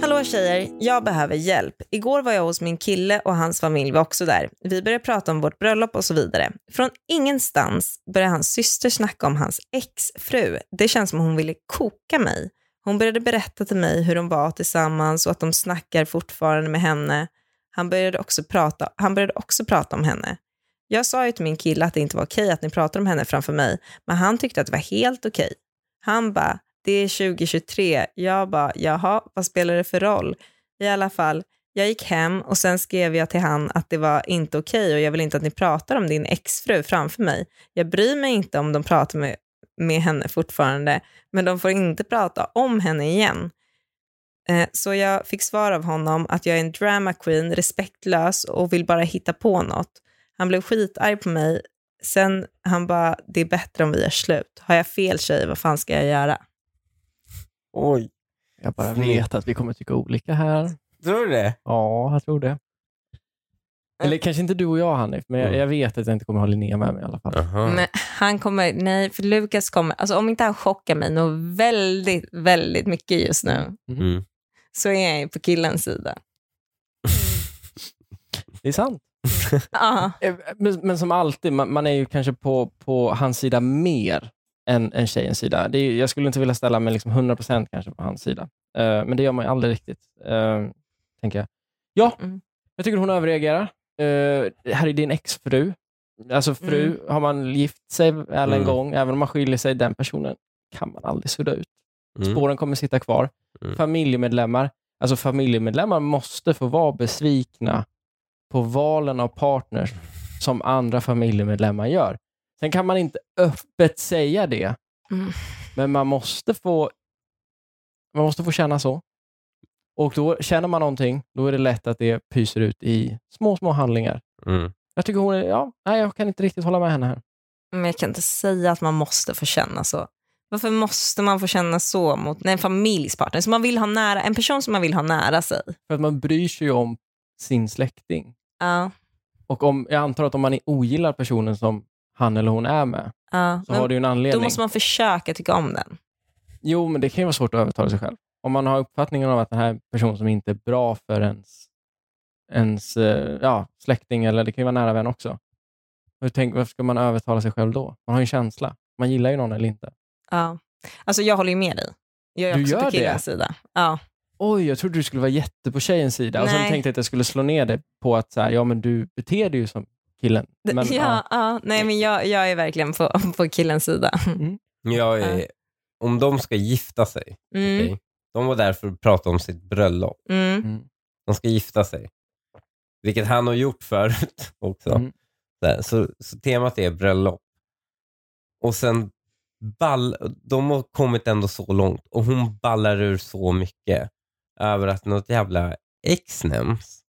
Speaker 1: Hallå tjejer, jag behöver hjälp. Igår var jag hos min kille och hans familj var också där. Vi började prata om vårt bröllop och så vidare. Från ingenstans började hans syster snacka om hans exfru. Det känns som hon ville koka mig. Hon började berätta till mig hur de var tillsammans och att de snackar fortfarande med henne. Han började också prata, han började också prata om henne. Jag sa ju till min kille att det inte var okej att ni pratar om henne framför mig, men han tyckte att det var helt okej. Han bara, det är 2023. Jag bara, jaha, vad spelar det för roll? I alla fall, jag gick hem och sen skrev jag till han att det var inte okej och jag vill inte att ni pratar om din exfru framför mig. Jag bryr mig inte om de pratar med, med henne fortfarande, men de får inte prata om henne igen. Eh, Så jag fick svar av honom att jag är en drama queen, respektlös och vill bara hitta på något. Han blev skitarg på mig. Sen han bara, det är bättre om vi gör slut. Har jag fel tjej, vad fan ska jag göra?
Speaker 3: Oj.
Speaker 2: Jag bara vet att vi kommer tycka olika här.
Speaker 3: Tror du det?
Speaker 2: Ja, jag tror det. Eller kanske inte du och jag, Hanif, men jag,
Speaker 3: Mm.
Speaker 2: jag vet att jag inte kommer ha Linnea med mig i alla fall.
Speaker 1: Men han kommer, nej, för Lukas kommer, alltså om inte han chockar mig nog väldigt, väldigt mycket just nu,
Speaker 3: Mm.
Speaker 1: så är jag ju på killens sida.
Speaker 2: Det är sant.
Speaker 1: Ja,
Speaker 2: Eh, Men, men som alltid, man, man är ju kanske på, på hans sida mer än, än tjejens sida. Det är, ju- jag skulle inte vilja ställa mig liksom 100% kanske på hans sida. Eh, men det gör man ju aldrig riktigt, eh, tänker jag. Ja,
Speaker 1: Mm.
Speaker 2: jag tycker hon överreagerar. Eh, det här är din exfru. Alltså fru,
Speaker 1: Mm.
Speaker 2: har man gift sig alla en
Speaker 3: Mm.
Speaker 2: gång, även om man skiljer sig, den personen kan man aldrig sudda ut.
Speaker 3: Mm.
Speaker 2: Spåren kommer sitta kvar.
Speaker 3: Mm.
Speaker 2: Familjemedlemmar, alltså familjemedlemmar måste få vara besvikna på valen av partners som andra familjemedlemmar gör. Sen kan man inte öppet säga det,
Speaker 1: Mm.
Speaker 2: men man måste få man måste få känna så. Och då känner man någonting, då är det lätt att det pyser ut i små, små handlingar.
Speaker 3: Mm.
Speaker 2: Jag tycker hon är, ja, nej, jag kan inte riktigt hålla med henne här.
Speaker 1: men jag kan inte säga att man måste få känna så. Varför måste man få känna så mot en familjspartner som man vill ha nära, en person som man vill ha nära sig?
Speaker 2: För att man bryr sig ju om sin släkting.
Speaker 1: Ja,
Speaker 2: Och om, jag antar att om man ogillar personen som han eller hon är med,
Speaker 1: ja.
Speaker 2: så har
Speaker 1: Men
Speaker 2: det ju en anledning.
Speaker 1: då måste man försöka tycka om den.
Speaker 2: Jo, men det kan ju vara svårt att övertala sig själv. Om man har uppfattningen om att den här personen som inte är bra för ens, ens eh, ja, släkting, eller det kan ju vara nära vän också. Hur tänk, varför ska man övertala sig själv då? Man har ju en känsla. Man gillar ju någon eller inte.
Speaker 1: Ja. Alltså jag håller ju med dig. Jag är
Speaker 2: Du
Speaker 1: också
Speaker 2: gör
Speaker 1: på
Speaker 2: det?
Speaker 1: killens sida. Ja.
Speaker 2: Oj, jag trodde du skulle vara jätte på tjejens sida. Och sen
Speaker 1: Nej.
Speaker 2: tänkte jag att jag skulle slå ner dig på att så här, ja, men du beter dig ju som killen.
Speaker 1: Det-
Speaker 2: Men,
Speaker 1: ja, ja. Nej, men jag, jag är verkligen på, på killens sida.
Speaker 3: Jag är, om de ska gifta sig,
Speaker 1: Mm,
Speaker 3: okej? de var där för att prata om sitt bröllop.
Speaker 1: mm,
Speaker 2: Mm.
Speaker 3: De ska gifta sig. Vilket han har gjort förut också.
Speaker 2: Mm.
Speaker 3: Där. Så, så temat är bröllop. Och sen ball, de har kommit ändå så långt och hon ballar ur så mycket över att något jävla ex nämns.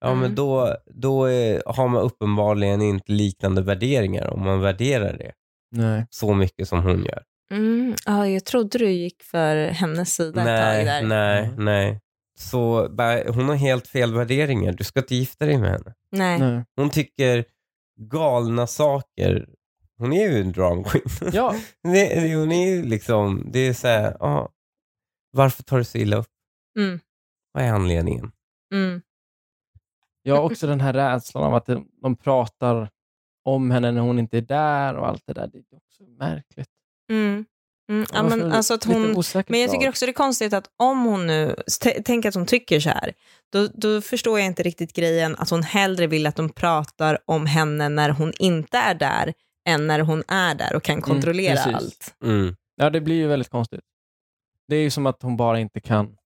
Speaker 3: Ja,
Speaker 1: Mm.
Speaker 3: men då, då är, har man uppenbarligen inte liknande värderingar om man värderar det
Speaker 2: Nej.
Speaker 3: så mycket som hon gör.
Speaker 1: mm. Ja, jag trodde du gick för hennes sida ett tag
Speaker 3: Nej,
Speaker 1: där.
Speaker 3: nej,
Speaker 2: Mm.
Speaker 3: nej. Så bara, hon har helt fel värderingar. Du ska inte gifta dig med henne.
Speaker 1: Nej.
Speaker 2: Nej.
Speaker 3: Hon tycker galna saker. Hon är ju en drag queen.
Speaker 2: Ja,
Speaker 3: Det, det- hon är ju liksom, det är så här, ja, varför tar du så illa upp?
Speaker 1: Mm,
Speaker 3: Vad är anledningen?
Speaker 1: mm,
Speaker 2: Jag har också den här rädslan av att de- de pratar om henne när hon inte är där och allt det där. Det är också märkligt.
Speaker 1: mm. Mm. Ja,
Speaker 2: Jag var
Speaker 1: men,
Speaker 2: så
Speaker 1: alltså att
Speaker 2: lite
Speaker 1: hon,
Speaker 2: osäker
Speaker 1: men jag
Speaker 2: på
Speaker 1: tycker också det är konstigt att om hon nu, t- tänk att hon tycker så här, då, då förstår jag inte riktigt grejen att hon hellre vill att de pratar om henne när hon inte är där än när hon är där och kan kontrollera
Speaker 2: Mm, precis.
Speaker 1: allt.
Speaker 3: Mm.
Speaker 2: Ja, det blir ju väldigt konstigt. Det är ju som att hon bara inte kan...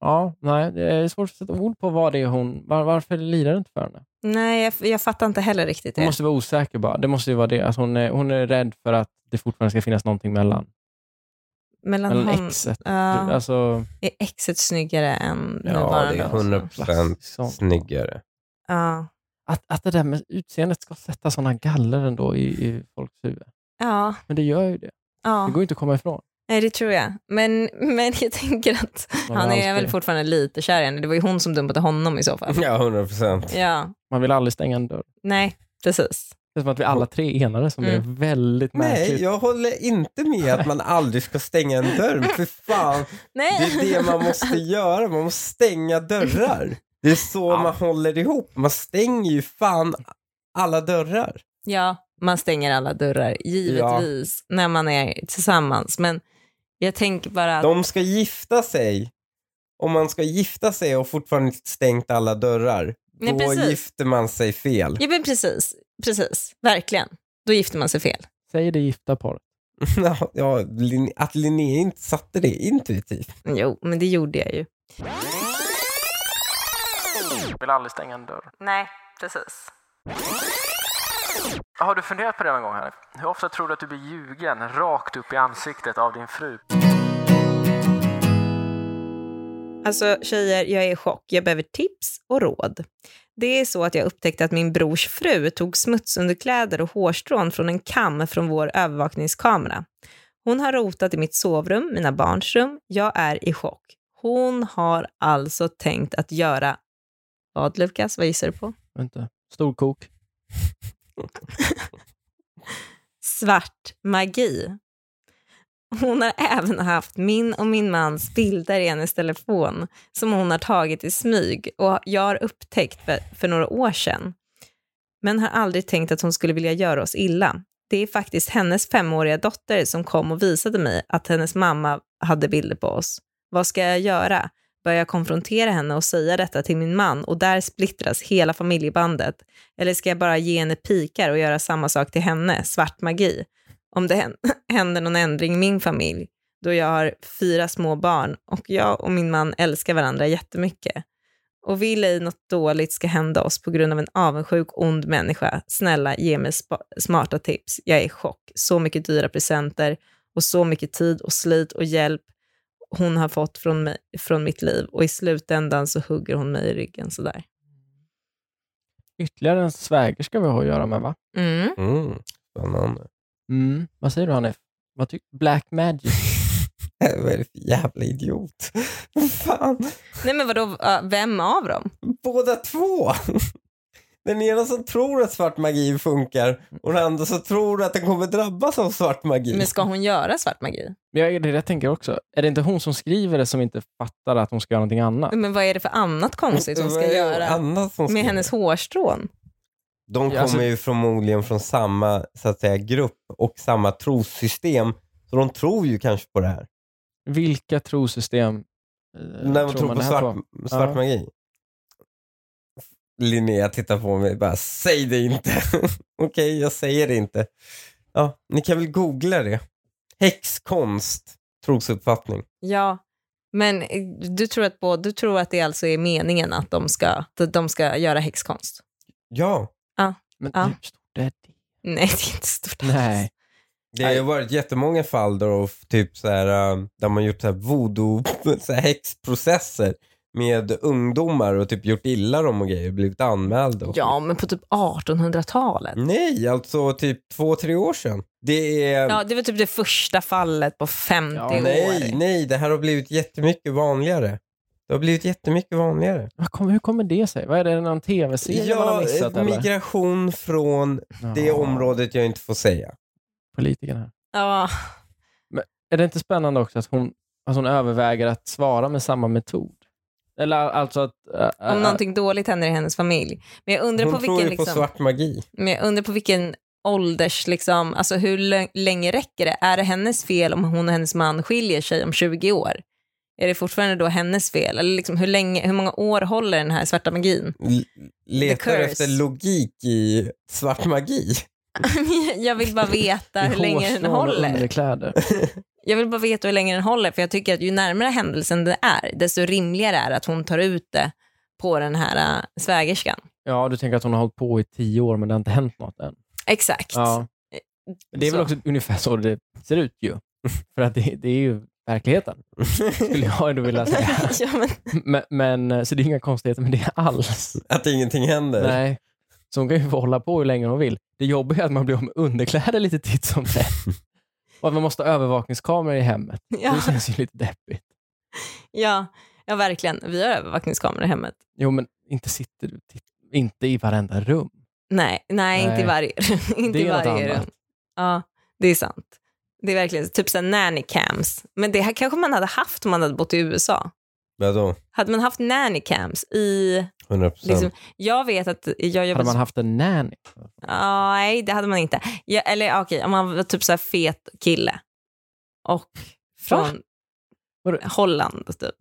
Speaker 2: Ja, nej, det är svårt att sätta ord på vad det är hon... Var, varför lirar det inte för henne?
Speaker 1: Nej, jag, jag fattar inte heller riktigt
Speaker 2: Hon
Speaker 1: det.
Speaker 2: måste vara osäker bara. Det måste ju vara det. Att hon, är, hon är rädd för att det fortfarande ska finnas någonting mellan,
Speaker 1: Mellan
Speaker 2: mellan
Speaker 1: hon,
Speaker 2: exet.
Speaker 1: ja.
Speaker 2: Alltså,
Speaker 1: Är exet snyggare än
Speaker 2: Ja,
Speaker 1: nuvarande?
Speaker 3: det är
Speaker 1: också?
Speaker 3: 100 procent
Speaker 2: klassisk sån.
Speaker 3: snyggare.
Speaker 1: Ja.
Speaker 2: Att, att det där med utseendet ska sätta sådana galler ändå i, i folks huvud.
Speaker 1: Ja,
Speaker 2: Men det gör ju det. Det
Speaker 1: ja.
Speaker 2: går ju inte att komma ifrån.
Speaker 1: Nej, det tror jag. Men, men jag tänker att
Speaker 2: Man
Speaker 1: han
Speaker 2: vill
Speaker 1: är väl
Speaker 2: alltid-
Speaker 1: fortfarande lite kär i henne. Det var ju hon som dumpade honom i så fall.
Speaker 3: Ja, 100 procent.
Speaker 1: Ja,
Speaker 2: Man vill aldrig stänga en dörr.
Speaker 1: nej, precis.
Speaker 2: Det är som att vi alla tre enades om
Speaker 1: Mm.
Speaker 2: det. Väldigt märkligt.
Speaker 3: Nej, jag håller inte med att man aldrig ska stänga en dörr. För fan, det
Speaker 1: Nej.
Speaker 3: är det man måste göra. Man måste stänga dörrar. Det är så man håller ihop. Man stänger ju fan alla dörrar.
Speaker 1: Ja, man stänger alla dörrar, givetvis, när man är tillsammans. Men jag tänker bara att...
Speaker 3: De ska gifta sig. Om man ska gifta sig och fortfarande inte stängt alla dörrar,
Speaker 1: nej,
Speaker 3: då
Speaker 1: precis.
Speaker 3: gifter man sig fel.
Speaker 1: Ja, men precis. Precis, verkligen. Då gifter man sig fel.
Speaker 2: Säg det gifta paret.
Speaker 3: Ja, ja, Lin- att Linné inte satte det intuitivt.
Speaker 1: Jo, men det gjorde jag ju.
Speaker 2: Vill aldrig stänga en dörr.
Speaker 1: Nej, precis.
Speaker 2: Har du funderat på det någon gång? Här? Hur ofta tror du att du blir ljugen rakt upp i ansiktet av din fru?
Speaker 1: Alltså tjejer, jag är i chock. Jag behöver tips och råd. Det är så att jag upptäckte att min brors fru tog smutsunderkläder och hårstrån från en kam från vår övervakningskamera. Hon har rotat i mitt sovrum, mina barns rum. Jag är i chock. Hon har alltså tänkt att göra... Vad, Lukas? Vad gissar du på?
Speaker 2: Vänta. Storkok.
Speaker 1: svart magi. Hon har även haft min och min mans bilder i hennes telefon som hon har tagit i smyg och jag har upptäckt för, för några år sedan. Men har aldrig tänkt att hon skulle vilja göra oss illa. Det är faktiskt hennes femåriga dotter som kom och visade mig att hennes mamma hade bilder på oss. Vad ska jag göra? Bör jag konfrontera henne och säga detta till min man och där splittras hela familjebandet? Eller ska jag bara ge henne pikar och göra samma sak till henne, svart magi? Om det hän- händer någon ändring i min familj, då jag har fyra små barn och jag och min man älskar varandra jättemycket. Och vill ej något dåligt ska hända oss på grund av en avundsjuk, ond människa. Snälla, ge mig spa- smarta tips. Jag är i chock. Så mycket dyra presenter och så mycket tid och slit och hjälp hon har fått från, mig, från mitt liv och i slutändan så hugger hon mig i ryggen sådär.
Speaker 2: Ytterligare en svägerska vi har att göra med, va?
Speaker 1: Mm.
Speaker 3: Mm. Spännande.
Speaker 2: Mm. Vad säger du, Hanif? Vad tycker Black Magic?
Speaker 3: Äh, Vad är det för jävla idiot? Vad fan?
Speaker 1: Nej men vadå, äh, vem av dem?
Speaker 3: Båda två! Den ena som tror att svart magi funkar och den andra som tror att den kommer drabbas av svart magi.
Speaker 1: Men ska hon göra svart magi?
Speaker 2: Men jag, det är det jag tänker också. Är det inte hon som skriver det som inte fattar att hon ska göra någonting annat?
Speaker 1: Men vad är det för annat konstigt hon
Speaker 3: Vad är
Speaker 1: ska
Speaker 3: det
Speaker 1: göra
Speaker 3: annat som
Speaker 1: med
Speaker 3: ska-
Speaker 1: hennes hårstrån?
Speaker 3: De kommer
Speaker 2: Ja, alltså-
Speaker 3: ju förmodligen från samma så att säga, grupp och samma trossystem. Så de tror ju kanske på det här.
Speaker 2: Vilka trosystem eh,
Speaker 3: När man tror,
Speaker 2: man
Speaker 3: på
Speaker 2: det här
Speaker 3: svart, svart
Speaker 2: Ja.
Speaker 3: magi. Linnea tittar på mig bara, säg det inte. Okej, jag säger det inte. Ja, ni kan väl googla det. Häxkonst, trosuppfattning.
Speaker 1: Ja, men eh, du tror att, både, du tror att det alltså är meningen att de ska, att de ska göra häxkonst?
Speaker 3: Ja,
Speaker 2: Men
Speaker 1: Ja.
Speaker 2: hur stort är det?
Speaker 1: Nej, det är inte stort alls.
Speaker 2: Nej.
Speaker 3: det har ju varit jättemånga fall där, och typ så här, äh, där man gjort så här voodoo, så här häxprocesser med ungdomar och typ gjort illa dem och grejer, blivit anmälda. och
Speaker 1: Ja, men på typ 1800-talet.
Speaker 3: Nej, alltså typ två, tre år sedan. Det är...
Speaker 1: Ja, det var typ det första fallet på 50
Speaker 2: Ja,
Speaker 1: år.
Speaker 3: nej, nej, det här har blivit jättemycket vanligare. Det har blivit jättemycket vanligare.
Speaker 2: Vad kommer- Hur kommer det sig? Vad är det, någon tv-serie man har
Speaker 3: Ja,
Speaker 2: missat?
Speaker 3: eh,
Speaker 2: Eller?
Speaker 3: migration från det
Speaker 2: Ja,
Speaker 3: området jag inte får säga.
Speaker 2: Politikerna. här.
Speaker 1: Ja,
Speaker 2: Är det inte spännande också att hon, att hon överväger att svara med samma metod? Eller alltså att... äh,
Speaker 1: om
Speaker 2: äh,
Speaker 1: någonting dåligt händer i hennes familj. Men jag undrar,
Speaker 3: Hon
Speaker 1: på
Speaker 3: tror
Speaker 1: vilken,
Speaker 3: ju på
Speaker 1: liksom,
Speaker 3: svart magi.
Speaker 1: men jag undrar på vilken ålders... Liksom, alltså hur lö- länge räcker det? Är det hennes fel om hon och hennes man skiljer sig om 20 år? Är det fortfarande då hennes fel? Eller liksom, hur, länge, hur många år håller den här svarta magin?
Speaker 3: L- letar
Speaker 1: curse.
Speaker 3: efter logik i svart magi.
Speaker 1: jag vill bara veta
Speaker 2: i
Speaker 1: hur länge den
Speaker 2: hårstrån och
Speaker 1: håller.
Speaker 2: underkläder.
Speaker 1: Jag vill bara veta hur länge den håller, för jag tycker att ju närmare händelsen det är, desto rimligare är det att hon tar ut det på den här äh, svägerskan.
Speaker 2: Ja, du tänker att hon har hållit på i tio år men det har inte hänt något än.
Speaker 1: Exakt.
Speaker 2: Ja. Det är väl
Speaker 1: eh, Så.
Speaker 2: också ungefär så det ser ut ju. För att det, det är ju verkligheten, skulle jag ändå vilja säga.
Speaker 1: ja, men,
Speaker 2: Men, men, eh, så det är inga konstigheter med det alls.
Speaker 3: Att ingenting händer.
Speaker 2: Nej. Så hon kan ju få hålla på hur länge hon vill. Det jobbiga är att man blir av med underkläder lite titt som tätt. Och att man måste ha övervakningskameror i hemmet.
Speaker 1: ja,
Speaker 2: Det känns ju lite deppigt.
Speaker 1: ja, ja, verkligen. Vi har övervakningskameror i hemmet.
Speaker 2: Jo, men inte sitter du titt- inte i varenda rum.
Speaker 1: Nej, nej, inte i
Speaker 2: Nej.
Speaker 1: varje Inte
Speaker 2: Det
Speaker 1: i
Speaker 2: är något
Speaker 1: varje
Speaker 2: annat.
Speaker 1: rum. Ja, det är sant. Det är verkligen typ såhär nanny cams. Men det här kanske man hade haft om man hade bott i USA.
Speaker 3: Vadå?
Speaker 1: Hade man haft nanny cams i...
Speaker 3: 100
Speaker 1: Liksom, jag vet att jag
Speaker 2: Hade
Speaker 1: jobbade...
Speaker 2: man haft en nanny?
Speaker 1: Ah, nej, det hade man inte. Ja, eller okej, om man var typ såhär fet kille. Och från
Speaker 2: Vadå?
Speaker 1: Holland typ.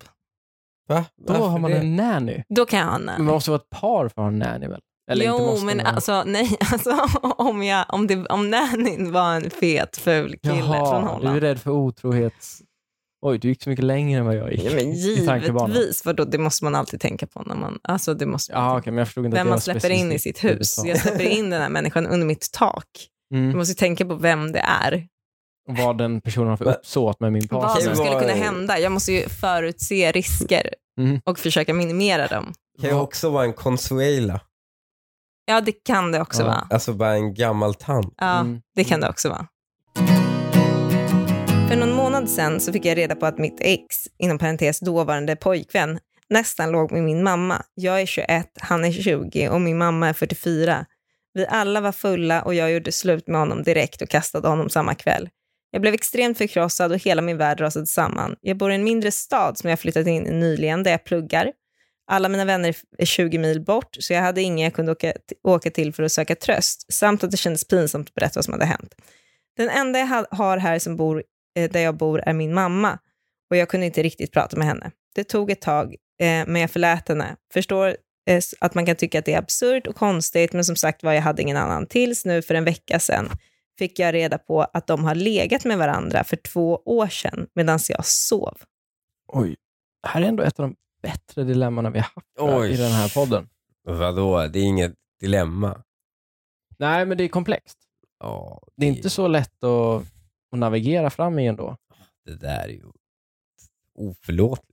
Speaker 3: Va?
Speaker 2: Då har man
Speaker 3: det?
Speaker 2: en nanny.
Speaker 1: Då kan jag ha en nanny.
Speaker 2: Men man måste vara ett par för att ha en nanny väl? Eller
Speaker 1: jo,
Speaker 2: inte måste
Speaker 1: men
Speaker 2: man-
Speaker 1: alltså nej, alltså om, jag, om, det, om nannyn var en fet ful kille
Speaker 2: Jaha,
Speaker 1: från
Speaker 2: du
Speaker 1: Holland.
Speaker 2: är rädd för otrohets... Oj, du gick så mycket längre än vad jag gick.
Speaker 1: Ja, men
Speaker 2: i tankebanan.
Speaker 1: givetvis, vadå, det måste man alltid tänka på när man, alltså det måste man
Speaker 2: Ja,
Speaker 1: tänka
Speaker 2: okej, men jag förstod
Speaker 1: på.
Speaker 2: inte att
Speaker 1: vem
Speaker 2: det
Speaker 1: man
Speaker 2: var
Speaker 1: släpper
Speaker 2: specifikt
Speaker 1: in i sitt hus.
Speaker 2: USA.
Speaker 1: Jag släpper in den här människan under mitt tak.
Speaker 2: Mm.
Speaker 1: Jag måste tänka på vem det är.
Speaker 2: vad den personen har för uppsåt med min
Speaker 1: Vad
Speaker 2: partner.
Speaker 1: som
Speaker 3: Okej,
Speaker 1: skulle
Speaker 3: vad-
Speaker 1: kunna hända. Jag måste ju förutse risker
Speaker 2: Mm.
Speaker 1: och försöka minimera dem.
Speaker 3: kan ju också vara en consuela.
Speaker 1: Ja, det kan det också
Speaker 2: Ja.
Speaker 1: vara.
Speaker 3: Alltså bara en gammal tant.
Speaker 1: Ja,
Speaker 2: Mm.
Speaker 1: det kan det också vara. För någon månad sedan så fick jag reda på att mitt ex, inom parentes dåvarande pojkvän, nästan låg med min mamma. Jag är 21, han är 20 och min mamma är 44. Vi alla var fulla och jag gjorde slut med honom direkt och kastade honom samma kväll. Jag blev extremt förkrossad och hela min värld rasade samman. Jag bor i en mindre stad som jag flyttat in i nyligen där jag pluggar. Alla mina vänner är 20 mil bort, så jag hade ingen jag kunde åka, åka till för att söka tröst, samt att det kändes pinsamt att berätta vad som hade hänt. Den enda jag ha- har här som bor, eh, där jag bor är min mamma, och jag kunde inte riktigt prata med henne. Det tog ett tag, eh, men jag förlät henne. Förstår eh, s- att man kan tycka att det är absurt och konstigt, men som sagt var, jag hade ingen annan. Tills nu för en vecka sedan fick jag reda på att de har legat med varandra för två år sedan medan jag sov.
Speaker 2: Oj. Det här är ändå ett av de bättre dilemmana vi har haft
Speaker 3: Oj.
Speaker 2: i den här podden.
Speaker 3: Vadå, det är inget dilemma.
Speaker 2: Nej, men det är komplext.
Speaker 3: Ja,
Speaker 2: Det är inte så lätt att, att navigera fram i ändå.
Speaker 3: Det där är ju oförlåtligt.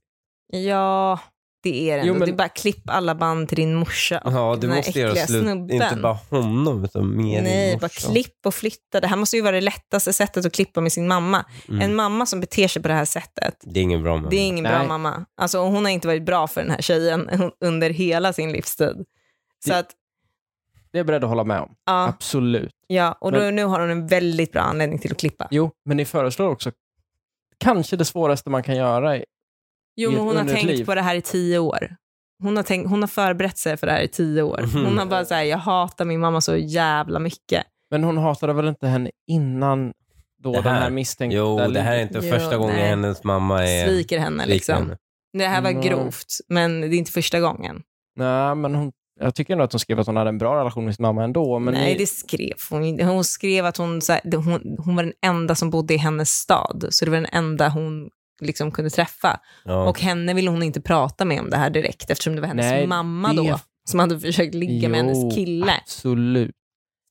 Speaker 1: Ja, det är det
Speaker 2: Jo,
Speaker 1: ändå.
Speaker 2: men-
Speaker 1: Det är bara klipp alla band till din morsa. och
Speaker 3: Ja, du
Speaker 1: den här
Speaker 3: måste göra
Speaker 1: äckliga
Speaker 3: slut.
Speaker 1: snubben.
Speaker 3: Inte bara honom, utan mer
Speaker 1: Nej, bara klipp och flytta. Det här måste ju vara det lättaste sättet att klippa med sin mamma.
Speaker 2: Mm.
Speaker 1: En mamma som beter sig på det här sättet,
Speaker 3: Mm. Det är ingen bra man.
Speaker 1: det är ingen
Speaker 2: Nej.
Speaker 1: bra mamma. Alltså, hon har inte varit bra för den här tjejen under hela sin livstid. Så
Speaker 2: Det-
Speaker 1: att,
Speaker 2: Det är jag beredd att hålla med om.
Speaker 1: ja,
Speaker 2: Absolut.
Speaker 1: ja. Och då, nu har hon en väldigt bra anledning till att klippa.
Speaker 2: Jo, men ni föreslår också kanske det svåraste man kan göra. i-
Speaker 1: Jo,
Speaker 2: I
Speaker 1: men
Speaker 2: ett
Speaker 1: hon har
Speaker 2: underligt
Speaker 1: tänkt
Speaker 2: liv.
Speaker 1: på det här i tio år. Hon har, tänkt, hon har förberett sig för det här i tio år. Hon
Speaker 2: Mm.
Speaker 3: Mhm.
Speaker 1: har bara så här, jag hatar min mamma så jävla mycket.
Speaker 2: Men hon hatade väl inte henne innan då
Speaker 3: Det
Speaker 2: den
Speaker 3: här.
Speaker 2: här misstänkta...
Speaker 3: Jo, det här är inte
Speaker 1: Jo,
Speaker 3: första gången
Speaker 1: nej.
Speaker 3: hennes mamma är...
Speaker 1: Sviker henne liksom.
Speaker 3: henne.
Speaker 1: Det här var
Speaker 2: Mm.
Speaker 1: grovt, men det är inte första gången.
Speaker 2: Nej, men hon... Jag tycker ändå att hon skrev att hon hade en bra relation med sin mamma ändå. Men
Speaker 1: Nej,
Speaker 2: ni...
Speaker 1: det skrev hon inte. Hon skrev att hon, så här, det- hon, hon var den enda som bodde i hennes stad, så det var den enda hon liksom kunde träffa.
Speaker 3: Ja.
Speaker 1: Och henne ville hon inte prata med om det här direkt, eftersom det var hennes
Speaker 2: Nej,
Speaker 1: mamma
Speaker 2: det-
Speaker 1: då, som hade försökt ligga med
Speaker 2: Jo,
Speaker 1: hennes kille.
Speaker 2: Absolut.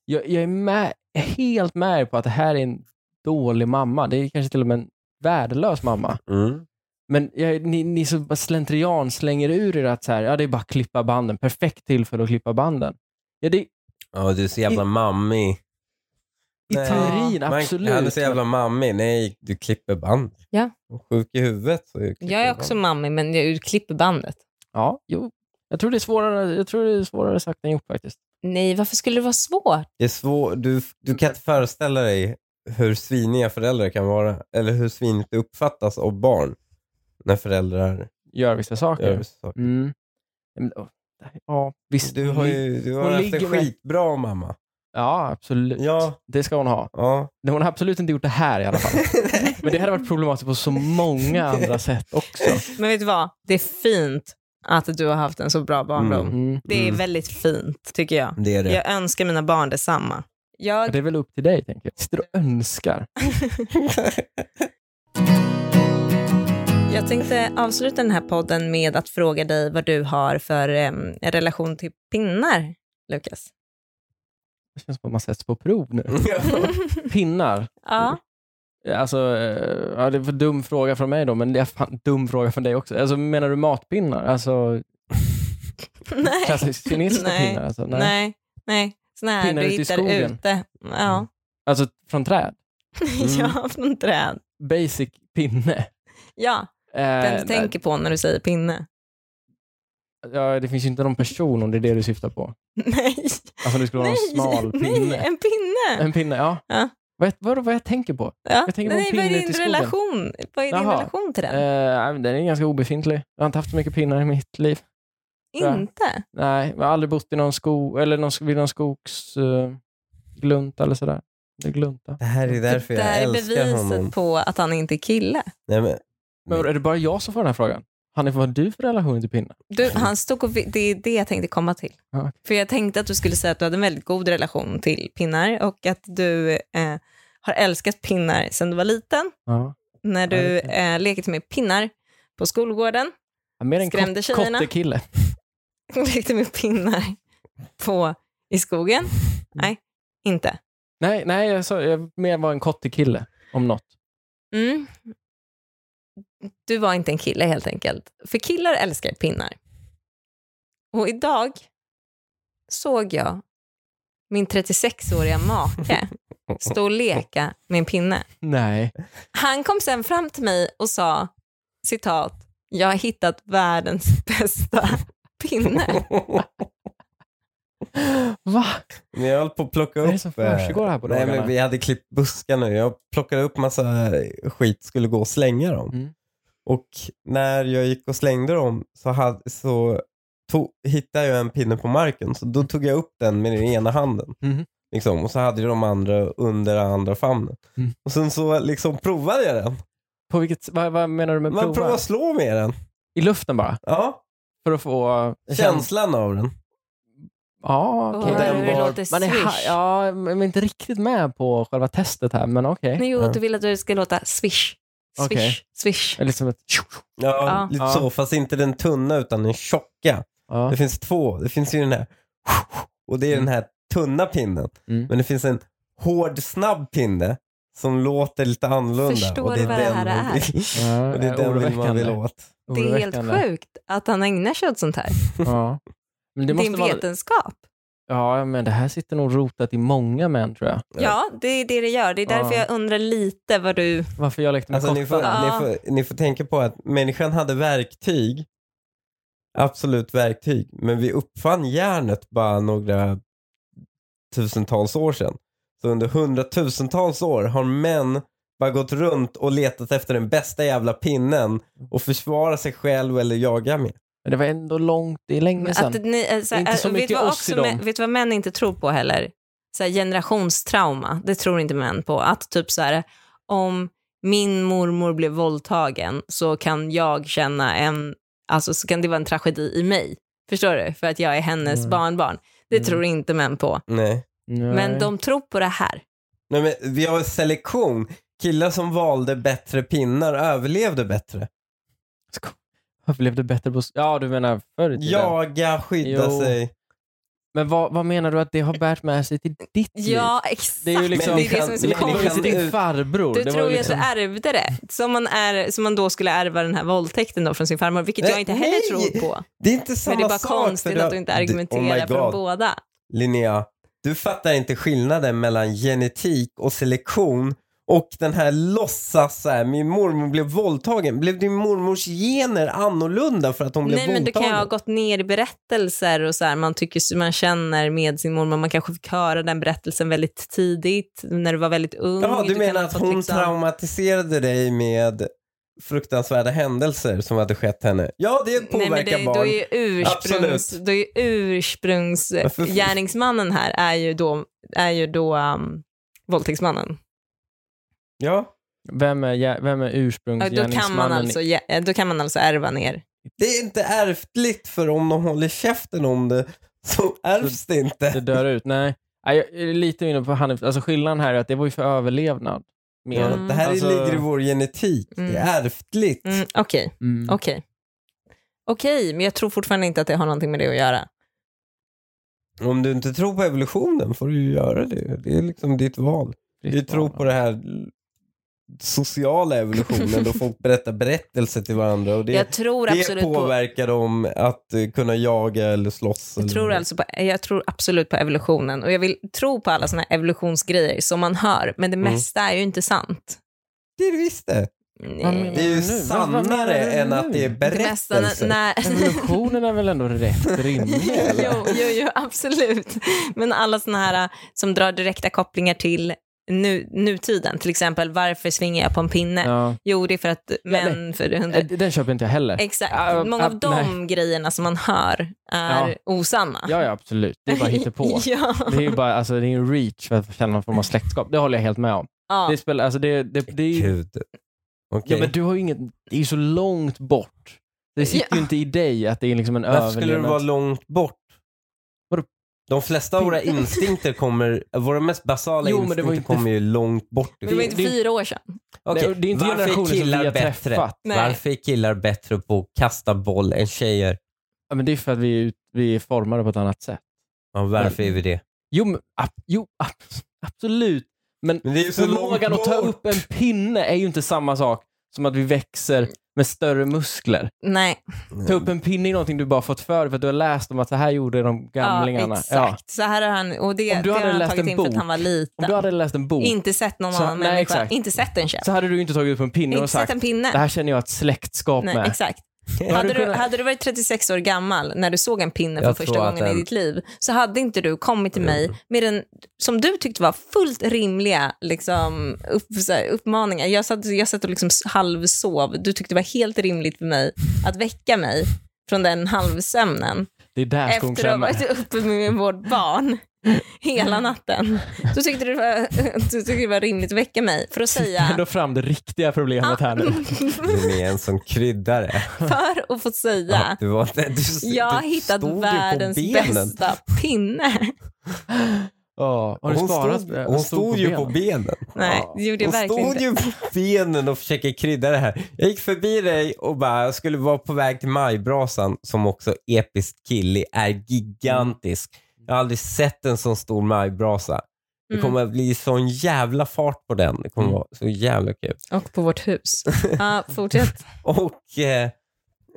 Speaker 2: Jag, jag är med, jag är helt med er på att det här är en dålig mamma. Det är kanske till och med en värdelös mamma.
Speaker 3: Mm.
Speaker 2: Men jag, ni, ni så bara slentrian slänger ur er att så här, ja, det är bara att klippa banden. Perfekt tillfälle att klippa banden. Ja, det, I
Speaker 3: ja, du är så jävla
Speaker 2: I-
Speaker 3: mammig. Nej.
Speaker 2: teorin,
Speaker 3: Man,
Speaker 2: absolut.
Speaker 3: Han är så jävla mammig. Nej, du klipper band.
Speaker 1: Ja.
Speaker 3: Och Sjuk i huvudet. Så klipper
Speaker 1: Jag är
Speaker 3: band.
Speaker 1: också mamma, men jag klipper bandet.
Speaker 2: Ja, jo. Jag tror, det är svårare, jag tror det är svårare sagt än gjort faktiskt.
Speaker 1: Nej, varför skulle det vara svårt?
Speaker 3: Det är svår, du, du kan inte föreställa dig hur sviniga föräldrar kan vara. Eller hur svinigt det uppfattas av barn. När föräldrar
Speaker 2: Gör vissa saker.
Speaker 3: gör så.
Speaker 2: Mm. Men, åh, det här- Ja, visst.
Speaker 3: Du har
Speaker 1: Mm.
Speaker 3: ju du har
Speaker 2: Hon
Speaker 3: haft en
Speaker 2: ligger med-
Speaker 3: skitbra mamma.
Speaker 2: Ja, absolut.
Speaker 3: Ja.
Speaker 2: Det ska hon ha.
Speaker 3: Ja.
Speaker 2: Nej, Hon har absolut inte gjort det här i alla fall. Men det hade varit problematiskt på så många andra sätt också.
Speaker 1: Men vet du vad? Det är fint att du har haft en så bra barndom.
Speaker 3: Mm.
Speaker 2: Mm.
Speaker 1: Det är
Speaker 3: Mm.
Speaker 1: väldigt fint, tycker jag.
Speaker 3: Det är det.
Speaker 1: Jag önskar mina barn detsamma.
Speaker 2: Men
Speaker 1: Jag...
Speaker 2: Det är väl upp till dig, tänker jag. Sitter och önskar.
Speaker 1: Jag tänkte avsluta den här podden med att fråga dig vad du har för eh, relation till pinnar, Lukas.
Speaker 2: Det känns som att man sätts på prov nu. Mm. Pinnar.
Speaker 1: ja.
Speaker 2: Alltså, eh, ja, det är för dum fråga från mig då, men det är fan dum fråga från dig också. Alltså, menar du matpinnar? Alltså,
Speaker 1: Nej.
Speaker 2: klassiskt kinesiska
Speaker 1: Nej.
Speaker 2: pinnar? Alltså, nej.
Speaker 1: Nej. Nej. Såna här
Speaker 2: Pinnar
Speaker 1: du
Speaker 2: ute i
Speaker 1: hittar
Speaker 2: skogen.
Speaker 1: ute. Ja.
Speaker 2: alltså från träd? Mm.
Speaker 1: ja, från träd.
Speaker 2: Basic pinne?
Speaker 1: Ja,
Speaker 2: Eh,
Speaker 1: den
Speaker 2: nej.
Speaker 1: du tänker på när du säger pinne.
Speaker 2: ja, det finns ju inte någon person om det är det du syftar på.
Speaker 1: Nej.
Speaker 2: Alltså om du skulle vara
Speaker 1: Nej.
Speaker 2: en smal pinne.
Speaker 1: Nej, en pinne.
Speaker 2: En pinne, ja.
Speaker 1: Ja.
Speaker 2: Vad, vad, vad jag tänker på?
Speaker 1: Ja.
Speaker 2: Jag tänker på en
Speaker 1: Nej, vad är
Speaker 2: pinne
Speaker 1: din
Speaker 2: ute i skogen.
Speaker 1: relation? Vad är din
Speaker 2: Jaha.
Speaker 1: relation till den?
Speaker 2: Eh, nej, men den är ganska obefintlig. Jag har inte haft så mycket pinnar i mitt liv. ja.
Speaker 1: Inte?
Speaker 2: Nej, jag har aldrig bott i någon skog, eller någon, vid någon skogsglunta glunta eller sådär. Det är glunta.
Speaker 3: Det här är därför
Speaker 1: det
Speaker 3: jag
Speaker 1: här är
Speaker 3: älskar
Speaker 1: beviset
Speaker 3: honom.
Speaker 1: på att han inte är kille.
Speaker 3: Nej, men,
Speaker 2: Men är det bara jag som får den här frågan? Hanif, vad har du för relation till pinnar?
Speaker 1: Du, han stod och, vi- det är det jag tänkte komma till.
Speaker 2: Ja, okej.
Speaker 1: För jag tänkte att du skulle säga att du hade en väldigt god relation till pinnar och att du eh, har älskat pinnar sedan du var liten.
Speaker 2: Ja.
Speaker 1: När
Speaker 2: Ja,
Speaker 1: du
Speaker 2: det
Speaker 1: eh, lekte med pinnar på skolgården,
Speaker 2: Ja, Mer en
Speaker 1: Skrämde
Speaker 2: kott,
Speaker 1: tjejerna?
Speaker 2: kottekille.
Speaker 1: lekte med pinnar på, i skogen. Nej, inte.
Speaker 2: Nej, nej jag, sa, jag mer var en kottekille. om något.
Speaker 1: Mm. Du var inte en kille helt enkelt. För killar älskar pinnar. Och idag såg jag min 36-åriga make stå och leka med en pinne.
Speaker 2: Nej.
Speaker 1: Han kom sen fram till mig och sa, citat, jag har hittat världens bästa pinne.
Speaker 2: Va?
Speaker 3: Men jag höll på att plocka upp...
Speaker 2: Vad
Speaker 3: eh,
Speaker 2: är det som försiggår här på
Speaker 3: Nej,
Speaker 2: dagarna?
Speaker 3: men vi hade klippt buskar nu. Jag plockade upp massa skit, skulle gå och slänga dem.
Speaker 2: Mm.
Speaker 3: Och när jag gick och slängde dem så, hade, så tog, hittade jag en pinne på marken. Så då tog jag upp den med den ena handen.
Speaker 2: Mhm.
Speaker 3: Liksom, och så hade jag de andra under den andra famnen.
Speaker 2: Mm.
Speaker 3: Och sen så liksom provade jag den.
Speaker 2: På vilket, vad, vad menar du med
Speaker 3: Man
Speaker 2: prova?
Speaker 3: provar att slå med den.
Speaker 2: I luften bara?
Speaker 3: Ja,
Speaker 2: För att få...
Speaker 3: känslan av den.
Speaker 2: Ja, okej.
Speaker 1: Och
Speaker 3: Den
Speaker 1: det
Speaker 3: var-
Speaker 1: låter
Speaker 2: Man är, ha-
Speaker 1: swish.
Speaker 2: ja, men inte riktigt med på själva testet här, men okej.
Speaker 1: Nej, Jo,
Speaker 3: Ja.
Speaker 1: du vill att det ska låta swish, swish,
Speaker 2: Okej.
Speaker 1: swish.
Speaker 2: Det är Liksom ett...
Speaker 3: Ja,
Speaker 1: Ja.
Speaker 3: lite
Speaker 2: Ja.
Speaker 3: så. Fast inte den tunna utan den tjocka.
Speaker 2: Ja.
Speaker 3: Det finns två. Det finns ju den här och det är den här tunna pinnen.
Speaker 2: Mm.
Speaker 3: Men det finns en hård, snabb pinne som låter lite annorlunda.
Speaker 1: Förstår
Speaker 3: och det
Speaker 1: du
Speaker 3: är
Speaker 1: vad det
Speaker 3: den
Speaker 1: här
Speaker 3: man vill-
Speaker 2: Ja,
Speaker 3: Och det är den vill man vill åt.
Speaker 1: Det är helt
Speaker 2: Oroväckande.
Speaker 1: sjukt att han ägnar sig åt sånt här.
Speaker 2: Ja. Men
Speaker 1: Det,
Speaker 2: det måste
Speaker 1: är en
Speaker 2: vara...
Speaker 1: vetenskap.
Speaker 2: Ja, men det här sitter nog rotat i många män, tror jag.
Speaker 1: Ja, det är det det gör. Det är därför
Speaker 2: Ja.
Speaker 1: jag undrar lite vad du...
Speaker 2: Varför jag lekte med
Speaker 3: Alltså, ni, får,
Speaker 2: kottar.
Speaker 1: Ja.
Speaker 3: ni, får, ni får tänka på att människan hade verktyg. Absolut verktyg. Men vi uppfann järnet bara några tusentals år sedan. Så under hundratusentals år har män bara gått runt och letat efter den bästa jävla pinnen och försvara sig själv eller jaga med.
Speaker 2: Men det var ändå långt, det är länge sedan.
Speaker 1: Att ni, eh, så här,
Speaker 2: Det är inte så
Speaker 1: eh, vet du
Speaker 2: mycket
Speaker 1: vad
Speaker 2: oss i
Speaker 1: också
Speaker 2: dem.
Speaker 1: män- Vet du vad män inte tror på heller? Så här, generationstrauma, det tror inte män på. Att typ så här, om min mormor blev våldtagen så kan jag känna en, alltså så kan det vara en tragedi i mig. Förstår du? För att jag är hennes
Speaker 2: Mm.
Speaker 1: barnbarn. Det
Speaker 2: Mm.
Speaker 1: tror inte män på.
Speaker 3: Nej.
Speaker 2: Nej.
Speaker 1: Men de tror på det här.
Speaker 3: Nej, men vi har selektion. Killar som valde bättre pinnar överlevde bättre.
Speaker 2: Sko- Varför blev det bättre på... Ja, du menar förr i tiden.
Speaker 3: Jaga, skydda
Speaker 2: Jo.
Speaker 3: sig.
Speaker 2: Men vad, vad menar du att det har bärt med sig till ditt liv?
Speaker 1: Ja, exakt.
Speaker 2: Det är ju liksom-
Speaker 1: det, är det som är så
Speaker 3: Människan-
Speaker 2: Det var ju
Speaker 1: konstigt.
Speaker 3: människan-
Speaker 2: till din farbror.
Speaker 1: Du
Speaker 2: det var
Speaker 1: tror ju
Speaker 2: liksom...
Speaker 1: att du ärvde det, som man, är, som man då skulle ärva den här våldtäkten då från sin farmor, vilket
Speaker 3: Nej,
Speaker 1: jag inte heller
Speaker 3: nej!
Speaker 1: tror på.
Speaker 3: Det är inte samma
Speaker 1: Men det är bara
Speaker 3: sak. för
Speaker 1: konstigt att du inte argumenterar
Speaker 3: oh my
Speaker 1: från
Speaker 3: God.
Speaker 1: båda.
Speaker 3: Linnea, du fattar inte skillnaden mellan genetik och selektion och den här låtsas så här, min mormor blev våldtagen. Blev din mormors gener annorlunda för att hon blev
Speaker 1: Nej, men du
Speaker 3: våldtagen?
Speaker 1: kan ju ha gått ner i berättelser och så här, man, tycker, man känner med sin mormor, man kanske fick höra den berättelsen väldigt tidigt, när du var väldigt ung.
Speaker 3: Jaha, du,
Speaker 1: kan
Speaker 3: menar
Speaker 1: ha
Speaker 3: att
Speaker 1: fått
Speaker 3: hon
Speaker 1: liksom-
Speaker 3: traumatiserade dig med fruktansvärda händelser som hade skett henne? Ja, det
Speaker 1: Nej,
Speaker 3: påverkar
Speaker 1: men det,
Speaker 3: barn.
Speaker 1: då är ju ursprungs,
Speaker 3: Absolut.
Speaker 1: då är ju ursprungsgärningsmannen här är ju då, är ju då um, våldtäktsmannen.
Speaker 3: Ja.
Speaker 2: Vem är, jä- vem är
Speaker 1: Ja, Då alltså- kan, man
Speaker 2: ursprungsgärningsmannen?
Speaker 1: alltså, ge- då kan man alltså ärva ner.
Speaker 3: Det är inte ärftligt för om de håller käften om det så ärvs det
Speaker 2: Det
Speaker 3: inte.
Speaker 2: dör ut? Nej. Nej, jag är lite inne på Hanif. Alltså skillnaden här är att det var ju för överlevnad. Mer.
Speaker 3: Ja,
Speaker 1: Mm.
Speaker 3: Det här
Speaker 2: Alltså-
Speaker 3: ligger i vår genetik.
Speaker 1: Mm.
Speaker 3: Det är ärftligt.
Speaker 1: Mm, Okej,
Speaker 2: Mm.
Speaker 1: okej. Okej, men jag tror fortfarande inte att det har någonting med det att göra.
Speaker 3: Om du inte tror på evolutionen får du ju göra det. Det är liksom ditt val. Du tror på det här sociala evolutionen då folk berättar berättelser till varandra och det,
Speaker 1: jag tror
Speaker 3: det
Speaker 1: absolut på,
Speaker 3: påverkar dem att eh, kunna jaga eller slåss.
Speaker 1: jag
Speaker 3: eller
Speaker 1: tror,
Speaker 3: vad.
Speaker 1: alltså på, jag tror absolut på evolutionen och jag vill tro på alla såna här evolutionsgrejer som man hör, men det
Speaker 3: Mm.
Speaker 1: mesta är ju inte sant.
Speaker 3: Det är det visst det.
Speaker 2: Vad
Speaker 1: Nej.
Speaker 2: menar
Speaker 3: Mm. Det är ju
Speaker 2: du nu? Vad- vad menar
Speaker 3: sannare
Speaker 2: du
Speaker 3: än
Speaker 2: nu?
Speaker 3: att det är
Speaker 1: Det mesta, när,
Speaker 3: berättelser. Mm.
Speaker 1: när,
Speaker 2: Evolutionen är väl ändå rätt rimlig? eller?
Speaker 1: jo, jo, jo, absolut. Men alla såna här äh, som drar direkta kopplingar till nu, nutiden, till exempel varför svingar jag på en pinne?
Speaker 2: Ja.
Speaker 1: Jo, det är för att män för hundra...
Speaker 2: Eh, Den köper inte jag heller.
Speaker 1: Exakt.
Speaker 2: Ah,
Speaker 1: Många
Speaker 2: ah,
Speaker 1: av de grejerna som man hör är
Speaker 2: Ja.
Speaker 1: osanna.
Speaker 2: Ja, ja, absolut. Det är bara hittepå.
Speaker 1: ja.
Speaker 2: Det är ju bara, alltså, det är en reach för att känna någon form av släktskap. Det håller jag helt med om.
Speaker 1: Ja.
Speaker 2: Det spelar, alltså, det, det, det, är ju-
Speaker 3: Gud. Okej.
Speaker 2: ja, men du har ju inget, det är ju så långt bort. Det sitter
Speaker 1: Ja.
Speaker 2: ju inte i dig att det är liksom en
Speaker 3: Varför skulle det vara
Speaker 2: överlevnad.
Speaker 3: långt bort?
Speaker 2: Vadå?
Speaker 3: De flesta av våra instinkter kommer, våra mest basala
Speaker 2: Jo, men det
Speaker 3: instinkter
Speaker 2: var inte-
Speaker 3: kommer ju långt bort
Speaker 1: Det var
Speaker 3: ifrån.
Speaker 1: inte
Speaker 2: det-
Speaker 1: fyra år sedan.
Speaker 2: Nej, och
Speaker 3: Okej,
Speaker 2: Det är inte
Speaker 3: varför är
Speaker 2: generationen som vi har
Speaker 3: killar bättre?
Speaker 2: träffat.
Speaker 1: Nej.
Speaker 3: Varför är killar bättre på att kasta boll än tjejer?
Speaker 2: Ja, men det är för att vi, är ut- vi är formade på ett annat sätt.
Speaker 3: Ja, varför är vi det?
Speaker 2: Jo, men, ab, jo ab, absolut. Men
Speaker 3: Men det är ju så långt
Speaker 2: förmågan att ta
Speaker 3: bort.
Speaker 2: upp en pinne är ju inte samma sak som att vi växer med större muskler.
Speaker 1: Nej,
Speaker 2: Ta upp en pinne är någonting du bara fått för dig för att du har läst om att så här gjorde de
Speaker 1: ja,
Speaker 2: gamlingarna.
Speaker 1: exakt. Så här har han, och
Speaker 2: Om
Speaker 1: det,
Speaker 2: du
Speaker 1: det har
Speaker 2: hade
Speaker 1: han
Speaker 2: läst
Speaker 1: tagit
Speaker 2: en
Speaker 1: in för att
Speaker 2: bok,
Speaker 1: han var
Speaker 2: Om du
Speaker 1: liten.
Speaker 2: hade läst en bok
Speaker 1: Inte sett någon
Speaker 2: Så-
Speaker 1: annan
Speaker 2: nej,
Speaker 1: människa,
Speaker 2: exakt.
Speaker 1: inte sett en käpp,
Speaker 2: så hade du inte tagit upp en pinne
Speaker 1: inte
Speaker 2: och
Speaker 1: sett
Speaker 2: sagt
Speaker 1: en pinne.
Speaker 2: det här känner jag ett släktskap
Speaker 1: Nej,
Speaker 2: med.
Speaker 1: exakt.
Speaker 2: Då
Speaker 1: Hade
Speaker 2: hade
Speaker 1: du,
Speaker 2: kunnat-
Speaker 1: hade du varit 36 år gammal när du såg en pinne för
Speaker 3: Jag
Speaker 1: första
Speaker 3: tror att
Speaker 1: gången i
Speaker 3: den- Mm.
Speaker 1: ditt liv så hade inte du kommit till mig med den som du tyckte var fullt rimliga liksom, upp, så här, uppmaningar. Jag satt, jag satt och liksom s- halvsov. Du tyckte det var helt rimligt för mig att väcka mig från den halvsömnen
Speaker 2: Det är där skon
Speaker 1: efter att ha
Speaker 2: klämmer.
Speaker 1: varit uppe med vårt barn hela natten. Så tyckte du det var, du tyckte det var rimligt att väcka mig för att
Speaker 2: Men
Speaker 1: säga
Speaker 2: då fram det riktiga problemet här nu.
Speaker 3: Du är med en som kryddare.
Speaker 1: för att få säga
Speaker 3: Att Du var, du, du
Speaker 1: Jag har hittat
Speaker 3: stod ju på
Speaker 1: världens
Speaker 3: benen.
Speaker 1: bästa pinne.
Speaker 2: Ja, har du
Speaker 3: Hon
Speaker 2: sparat?
Speaker 3: stod, hon stod ju på benen.
Speaker 1: Nej,
Speaker 2: Ja.
Speaker 1: det gjorde jag
Speaker 3: Hon
Speaker 1: verkligen
Speaker 3: stod
Speaker 1: inte.
Speaker 3: ju på benen och försöker krydda det här. Jag gick förbi dig och bara jag skulle vara på väg till majbrasan som också episkt killig är gigantisk. Jag har aldrig sett en sån stor majbrasa. Det
Speaker 1: Mm.
Speaker 3: kommer att bli sån jävla fart på den. Det kommer
Speaker 2: Mm.
Speaker 3: vara så jävla kul.
Speaker 1: Och på vårt hus. Ja, fortsätt.
Speaker 3: Och eh,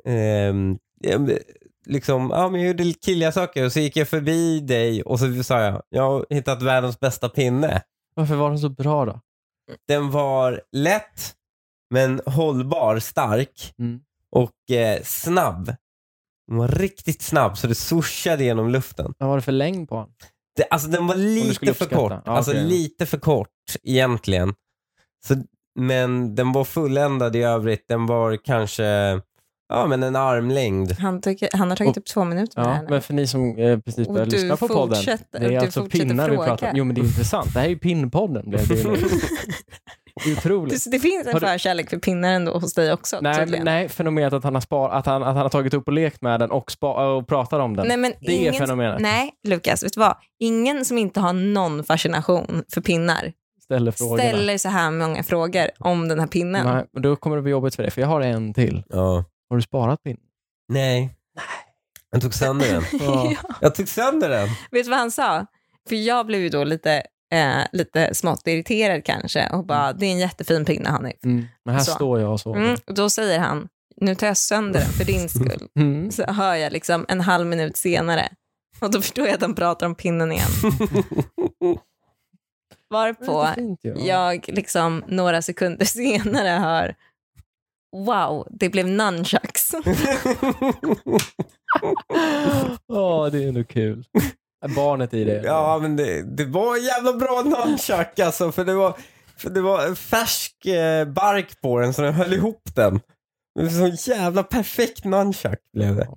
Speaker 3: ehm, ja, men, liksom, ja, men jag gjorde lite killiga saker och så gick jag förbi dig och så sa jag, jag har hittat världens bästa pinne.
Speaker 2: Varför var den så bra då?
Speaker 3: Den var lätt, men hållbar, stark
Speaker 2: Mm.
Speaker 3: och eh, snabb. Den var riktigt snabb så det swooshade genom luften.
Speaker 2: Vad var det för längd på den?
Speaker 3: Det, alltså den var
Speaker 2: skulle
Speaker 3: lite för
Speaker 2: uppskatta.
Speaker 3: kort.
Speaker 2: Ja,
Speaker 3: alltså
Speaker 2: okej.
Speaker 3: lite för kort egentligen. Så, men den var fulländad i övrigt. Den var kanske ja, men en armlängd.
Speaker 1: Han, tycker, han har tagit upp två minuter med det
Speaker 2: Ja,
Speaker 1: här nu.
Speaker 2: men för ni som eh, precis
Speaker 1: Och
Speaker 2: börjar
Speaker 1: du
Speaker 2: lyssna på podden.
Speaker 1: fortsätter-
Speaker 2: Det
Speaker 1: du
Speaker 2: är alltså
Speaker 1: fortsätter
Speaker 2: pinnar vi
Speaker 1: fråga.
Speaker 2: pratar om. Jo men det är intressant. Det här är ju pinnpodden. Blev det ju nu. Det är otroligt.
Speaker 1: Det, det finns en
Speaker 2: Har du-
Speaker 1: förkärlek för pinnar ändå hos dig också
Speaker 2: Nej, men,
Speaker 1: tydligen.
Speaker 2: nej, fenomenet att han, har spar, att, han, att han har tagit upp och lekt med den och, spa, och pratar om den.
Speaker 1: Nej, men
Speaker 2: det är fenomenet.
Speaker 1: Nej, Lukas, vet du vad? Ingen som inte har någon fascination för pinnar
Speaker 2: Ställer frågorna.
Speaker 1: ställer så här många frågor om den här pinnen.
Speaker 2: Nej, men då kommer det bli jobbigt för dig, för jag har en till.
Speaker 3: Ja.
Speaker 2: Har du sparat min?
Speaker 3: Nej. Jag tog sönder den.
Speaker 2: Ja.
Speaker 3: Jag tog sönder den.
Speaker 1: Vet du vad han sa? För jag blev ju då lite, eh, lite smått irriterad kanske och bara, det är en jättefin pinne Hanif.
Speaker 2: Mm. Men här
Speaker 1: Så.
Speaker 2: står jag och sover.
Speaker 1: Mm, och då säger han, nu tar jag sönder den för din skull.
Speaker 2: Mm.
Speaker 1: Så hör jag liksom en halv minut senare. Och då förstår jag att han pratar om pinnen igen. Varpå
Speaker 2: Det är fint ju.
Speaker 1: jag liksom några sekunder senare hör, wow, det blev nunchucks.
Speaker 2: Ja, det är nog kul. Barnet i det.
Speaker 3: ja, men det, det var en jävla bra nunchuck alltså. För det var, för det var en färsk eh, bark på den så den höll ihop den. Det var en sån jävla perfekt nunchuck blev det.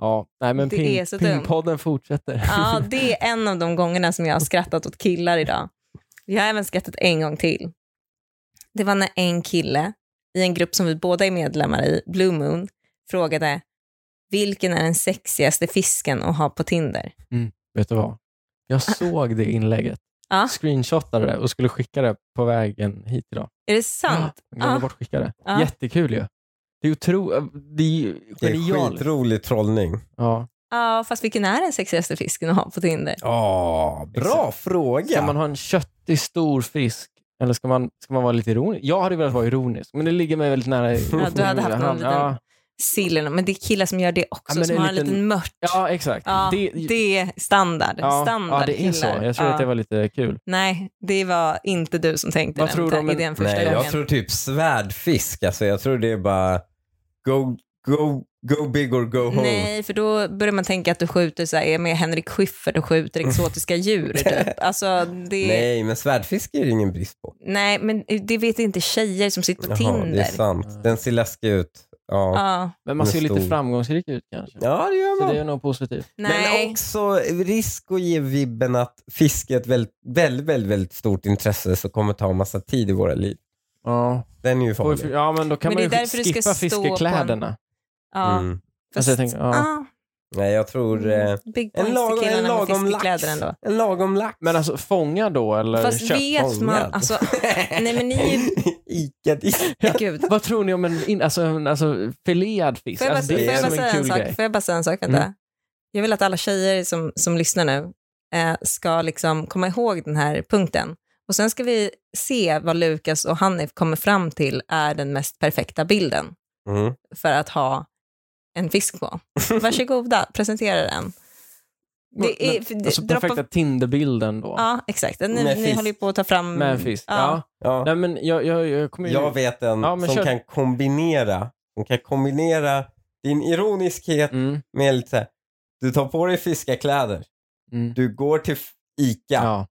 Speaker 2: Ja, nej men
Speaker 1: Det
Speaker 2: pin,
Speaker 1: är så dumt.
Speaker 2: pinpodden fortsätter.
Speaker 1: Ja, det är en av de gångerna som jag har skrattat åt killar idag. Jag har även skrattat en gång till. Det var när en kille i en grupp som vi båda är medlemmar i, Blue Moon, frågade vilken är den sexigaste fisken att ha på Tinder?
Speaker 2: Vet du vad?
Speaker 1: Ah.
Speaker 2: Jag såg det inlägget.
Speaker 1: Ja.
Speaker 2: Screenshotade det och skulle skicka det på vägen hit idag.
Speaker 1: Är det sant? Ah.
Speaker 2: Jag glömde
Speaker 1: Ja.
Speaker 2: bort skicka det.
Speaker 1: Ja.
Speaker 2: Jättekul ju. Det är otro... Det är ju
Speaker 3: Det är
Speaker 2: genialiskt.
Speaker 3: skitrolig trollning.
Speaker 2: Ja.
Speaker 1: Ja, fast vilken är den sexigaste fisken att ha på Tinder?
Speaker 3: Ja, bra
Speaker 2: Ska
Speaker 3: fråga.
Speaker 2: man ha en köttig, stor fisk? Eller ska man, ska man vara lite ironisk? Jag hade velat vara ironisk, men det ligger mig väldigt nära. i-
Speaker 1: Ja, du hade haft någon liten-
Speaker 2: Ja,
Speaker 1: Sillen, men det är killar som gör det
Speaker 2: Ja,
Speaker 1: också,
Speaker 2: men
Speaker 1: som
Speaker 2: en
Speaker 1: har en liten,
Speaker 2: liten-
Speaker 1: mört.
Speaker 2: ja exakt.
Speaker 1: Ja, det,
Speaker 2: Det-
Speaker 1: är standard.
Speaker 2: ja,
Speaker 1: standard
Speaker 2: ja, det är så.
Speaker 1: killar.
Speaker 2: Jag tror
Speaker 1: Ja.
Speaker 2: att det var lite kul.
Speaker 1: Nej, det var inte du som tänkte
Speaker 2: Vad
Speaker 1: den
Speaker 2: tror du om en-
Speaker 1: idén första
Speaker 3: Nej,
Speaker 1: gången.
Speaker 3: jag tror typ svärdfisk. Alltså, jag tror det är bara go, go, go big or go home.
Speaker 1: Nej, för då börjar man tänka att du skjuter så här, är med Henrik Schyffert och skjuter exotiska djur. Typ. Alltså, det, nej.
Speaker 3: Mm. Nej, men svärdfisk är det ingen brist på.
Speaker 1: men det vet inte tjejer som sitter på
Speaker 3: Jaha, det är
Speaker 1: Tinder.
Speaker 3: sant. Den ser läskig ut. Ja,
Speaker 1: Ja,
Speaker 2: Men man
Speaker 3: Den
Speaker 2: ser ju
Speaker 3: är
Speaker 2: lite
Speaker 3: stor.
Speaker 2: framgångsrik ut kanske.
Speaker 3: ja det gör
Speaker 2: Så
Speaker 3: man.
Speaker 2: det är nog positivt.
Speaker 1: nej.
Speaker 3: Men också risk att ge vibben att fiske är ett väldigt, väldigt, väldigt, väldigt stort intresse som kommer ta en massa tid i våra liv.
Speaker 2: Ja,
Speaker 3: Den är ju farlig.
Speaker 2: ja men då kan
Speaker 1: Men
Speaker 2: man
Speaker 1: det är
Speaker 2: ju
Speaker 1: därför du ska
Speaker 2: skippa
Speaker 1: stå på en-
Speaker 2: fiskekläderna.
Speaker 1: ja,
Speaker 3: Mm.
Speaker 1: fast,
Speaker 2: Alltså, jag tänker, ja.
Speaker 1: ja.
Speaker 3: Nej, jag tror... Eh,
Speaker 1: Big
Speaker 3: en,
Speaker 1: points till
Speaker 3: lagom, en
Speaker 1: killarna med
Speaker 3: lagom lax.
Speaker 1: fiskekläder ändå.
Speaker 3: En lagom lax.
Speaker 2: Men alltså fånga då eller
Speaker 1: Fast
Speaker 2: köp?
Speaker 1: vet man,
Speaker 3: fångad.
Speaker 1: alltså, nej men ni är ju,
Speaker 3: Ica-disk.
Speaker 1: gud.
Speaker 2: Vad tror ni om en, in, alltså, en alltså, filéad fisk?
Speaker 1: Får jag bara,
Speaker 2: Alltså,
Speaker 1: får
Speaker 2: det
Speaker 1: jag
Speaker 2: är
Speaker 1: bara
Speaker 2: som
Speaker 1: säga
Speaker 2: en
Speaker 1: en
Speaker 2: kul
Speaker 1: sak?
Speaker 2: grej.
Speaker 1: Får jag bara säga en sak? Vänta.
Speaker 2: Mm.
Speaker 1: Jag vill att alla tjejer som, som lyssnar nu eh, ska liksom komma ihåg den här punkten. Och sen ska vi se vad Lukas och Hanif kommer fram till är den mest perfekta bilden
Speaker 3: Mm.
Speaker 1: för att ha en fisk på. Varsågoda, presentera den. Det är, för det-
Speaker 2: Alltså
Speaker 1: droppa-
Speaker 2: perfekta Tinder-bilden då.
Speaker 1: Ja, exakt. Ni,
Speaker 3: Med
Speaker 1: ni
Speaker 3: fisk.
Speaker 1: håller ju på att ta fram...
Speaker 2: Med en fisk. Ja.
Speaker 1: Ja.
Speaker 3: Ja.
Speaker 2: Nej, men jag, jag, jag kommer ju...
Speaker 3: Jag vet en
Speaker 2: Ja, men
Speaker 3: som
Speaker 2: kör.
Speaker 3: kan kombinera. Som kan kombinera din ironiskhet
Speaker 2: Mm,
Speaker 3: med lite så här, du tar på dig fiskarkläder,
Speaker 2: mm.
Speaker 3: du går till f- Ica
Speaker 2: Ja.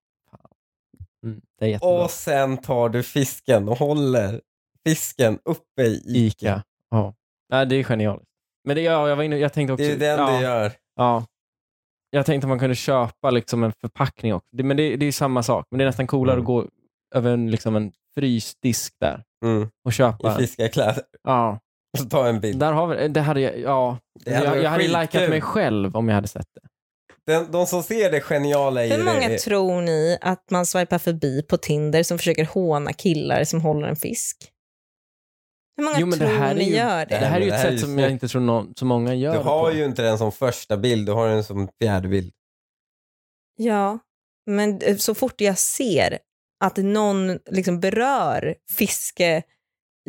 Speaker 2: Mm, det är jättebra.
Speaker 3: och sen tar du fisken och håller fisken uppe i Ica.
Speaker 2: Ica. Ja. Nej, det är genialiskt. Men det, ja, jag, var inne, jag tänkte också...
Speaker 3: Det är ju den
Speaker 2: ja,
Speaker 3: du gör.
Speaker 2: Ja. Jag tänkte att man kunde köpa liksom en förpackning också. Det, men det, det är ju samma sak. Men det är nästan coolare
Speaker 3: Mm.
Speaker 2: att gå över en, liksom en frysdisk där
Speaker 3: Mm.
Speaker 2: och köpa.
Speaker 3: I fiskarkläder.
Speaker 2: Ja.
Speaker 3: Så ta en bild.
Speaker 2: Där har vi eh, det. hade jag, ja.
Speaker 3: Det hade
Speaker 2: jag,
Speaker 3: varit
Speaker 2: jag hade ju likat
Speaker 3: skitkul.
Speaker 2: mig själv om jag hade sett det.
Speaker 3: Den, de som ser det geniala i
Speaker 1: Hur många
Speaker 3: det.
Speaker 1: tror ni att man swipar förbi på Tinder som försöker håna killar som håller en fisk? Hur många
Speaker 2: Jo, men det
Speaker 1: tror
Speaker 2: här är
Speaker 1: ni
Speaker 2: ju-
Speaker 1: gör
Speaker 2: Det
Speaker 1: det?
Speaker 3: Nej,
Speaker 2: här är
Speaker 3: men
Speaker 2: ju
Speaker 3: det
Speaker 2: ett
Speaker 3: här är
Speaker 2: sätt
Speaker 3: ju
Speaker 2: som
Speaker 3: snyggt.
Speaker 2: jag inte tror någon, så många gör
Speaker 3: Du
Speaker 2: det
Speaker 3: har
Speaker 2: på.
Speaker 3: ju inte den som första bild, du har den som fjärde bild.
Speaker 1: Ja, men eh, så fort jag ser att någon liksom berör fiske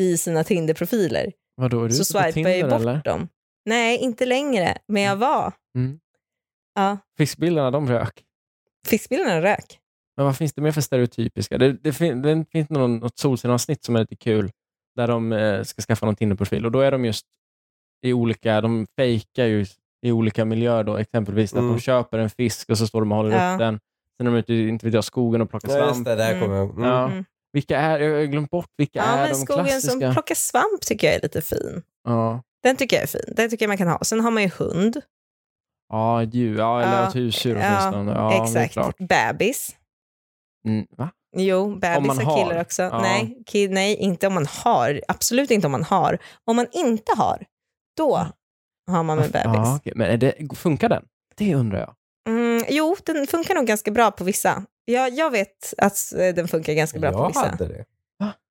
Speaker 1: i sina Tinder-profiler
Speaker 2: Vadå, är du
Speaker 1: så
Speaker 2: ute på
Speaker 1: swipar jag ju
Speaker 2: Tinder,
Speaker 1: bort
Speaker 2: eller?
Speaker 1: dem. Nej, inte längre, men jag var.
Speaker 2: Mm.
Speaker 1: Ja,
Speaker 2: Fiskbilderna, de rök.
Speaker 1: fiskbilderna rök.
Speaker 2: Men vad finns det mer för stereotypiska? Det, det, fin- det finns någon, något Solsidan-avsnitt som är lite kul, där de eh, ska skaffa någon Tinder-profil. Och då är de just i olika, de fejkar ju i olika miljöer då, exempelvis att
Speaker 3: Mm.
Speaker 2: de köper en fisk och så står de och håller
Speaker 1: Ja.
Speaker 2: upp den. Sen är de ute i, inte vet jag, skogen och plockar
Speaker 3: Ja, just
Speaker 2: svamp.
Speaker 3: det, där
Speaker 1: Mm.
Speaker 3: kommer jag ihåg. Mm.
Speaker 2: Ja.
Speaker 1: Mm.
Speaker 2: Vilka är, jag har glömt bort vilka
Speaker 1: Ja,
Speaker 2: är
Speaker 1: men
Speaker 2: de
Speaker 1: skogen
Speaker 2: klassiska.
Speaker 1: som plockar svamp tycker jag är lite fin.
Speaker 2: ja.
Speaker 1: Den tycker jag är fin. Den tycker jag man kan ha. Sen har man ju hund.
Speaker 2: ja, djur. Ja, eller
Speaker 1: Ja,
Speaker 2: ett husdjur
Speaker 1: ja,
Speaker 2: åtminstone. Ja, men det är
Speaker 1: Exakt.
Speaker 2: klart.
Speaker 1: Bebis.
Speaker 2: Mm, va?
Speaker 1: Jo,
Speaker 2: man
Speaker 1: bebisar
Speaker 2: har.
Speaker 1: killar också.
Speaker 2: Ja.
Speaker 1: Nej, kid, nej, inte om man har. Absolut inte om man har. Om man inte har,
Speaker 3: Mm.
Speaker 1: då har man med bebis.
Speaker 2: Ja, okej. Men är det, funkar den? Det undrar jag.
Speaker 1: Mm, jo, den funkar nog ganska bra på vissa. Jag, jag vet att eh, den funkar ganska bra på
Speaker 3: Jag
Speaker 1: vissa.
Speaker 3: hade det.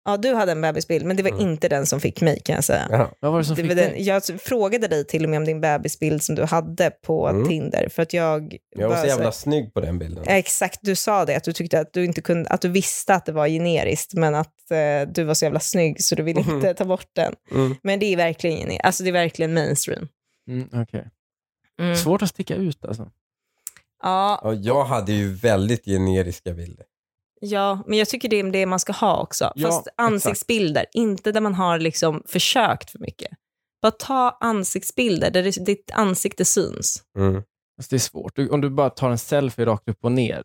Speaker 1: Ja, du hade en bebisbild, men det var
Speaker 3: Mm.
Speaker 1: inte den som fick mig kan jag säga.
Speaker 3: Ja.
Speaker 2: Vad var det som
Speaker 1: Det
Speaker 2: fick
Speaker 1: var
Speaker 2: dig?
Speaker 1: den, jag frågade dig till och med om din bebisbild som du hade på
Speaker 3: Mm.
Speaker 1: Tinder. För att jag,
Speaker 3: Jag var
Speaker 1: bara
Speaker 3: så jävla
Speaker 1: här-
Speaker 3: snygg på den bilden.
Speaker 1: Ja, Exakt, du sa det, att du tyckte att du inte kunde, att du visste att det var generiskt, men att eh, du var så jävla snygg så du ville
Speaker 3: Mhm.
Speaker 1: inte ta bort den.
Speaker 3: Mm.
Speaker 1: Men det är verkligen, gener- alltså det är verkligen mainstream.
Speaker 2: Mm, okej.
Speaker 1: Mm.
Speaker 2: Svårt att sticka ut alltså.
Speaker 1: Ja,
Speaker 3: Ja, jag hade ju väldigt generiska bilder.
Speaker 1: ja, men jag tycker det är det man ska ha också.
Speaker 2: Ja,
Speaker 1: Fast
Speaker 2: exakt.
Speaker 1: ansiktsbilder, inte där man har liksom försökt för mycket. Bara ta ansiktsbilder där det, ditt ansikte syns.
Speaker 3: Mm.
Speaker 2: Alltså, det är svårt. Du, om du bara tar en selfie rakt upp och ner,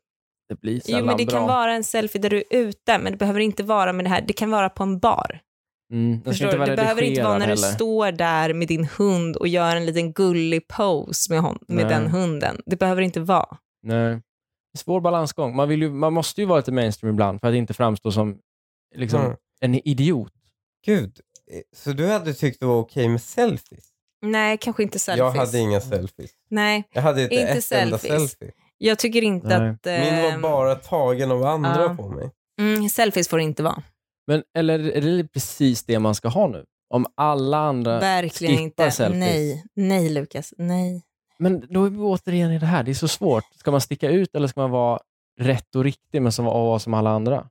Speaker 2: det blir
Speaker 1: Jo,
Speaker 2: sällan
Speaker 1: men det
Speaker 2: bra.
Speaker 1: kan vara en selfie där du är ute, men det behöver inte vara med det här. Det kan vara på en bar.
Speaker 2: mm, den ska
Speaker 1: Förstår
Speaker 2: inte
Speaker 1: du?
Speaker 2: vara
Speaker 1: Det behöver inte vara
Speaker 2: redigerad
Speaker 1: när du
Speaker 2: heller.
Speaker 1: står där med din hund och gör en liten gullig pose med, hon, med
Speaker 2: Nej.
Speaker 1: den hunden. Det behöver inte vara.
Speaker 2: Nej. En svår balansgång. Man, vill ju, man måste ju vara lite mainstream ibland för att inte framstå som liksom,
Speaker 3: Mm.
Speaker 2: en idiot.
Speaker 3: Gud, eh, så du hade tyckt det var okej med selfies?
Speaker 1: Nej, kanske inte selfies.
Speaker 3: Jag hade inga
Speaker 2: Mm.
Speaker 3: selfies.
Speaker 1: Nej,
Speaker 3: Jag hade inte,
Speaker 1: Inte
Speaker 3: ett enda
Speaker 1: selfies.
Speaker 3: selfie.
Speaker 1: jag tycker inte
Speaker 2: Nej.
Speaker 1: att...
Speaker 3: Min var
Speaker 1: ehm,
Speaker 3: bara tagen av andra
Speaker 1: ja.
Speaker 3: på mig.
Speaker 1: mm, selfies får det inte vara.
Speaker 2: Men, eller är det precis det man ska ha nu? Om alla andra...
Speaker 1: Verkligen
Speaker 2: skippa
Speaker 1: inte.
Speaker 2: selfies.
Speaker 1: Nej, nej Lukas. Nej.
Speaker 2: Men då är vi återigen i det här. Det är så svårt. Ska man sticka ut eller ska man vara rätt och riktig men som, och vara som alla andra?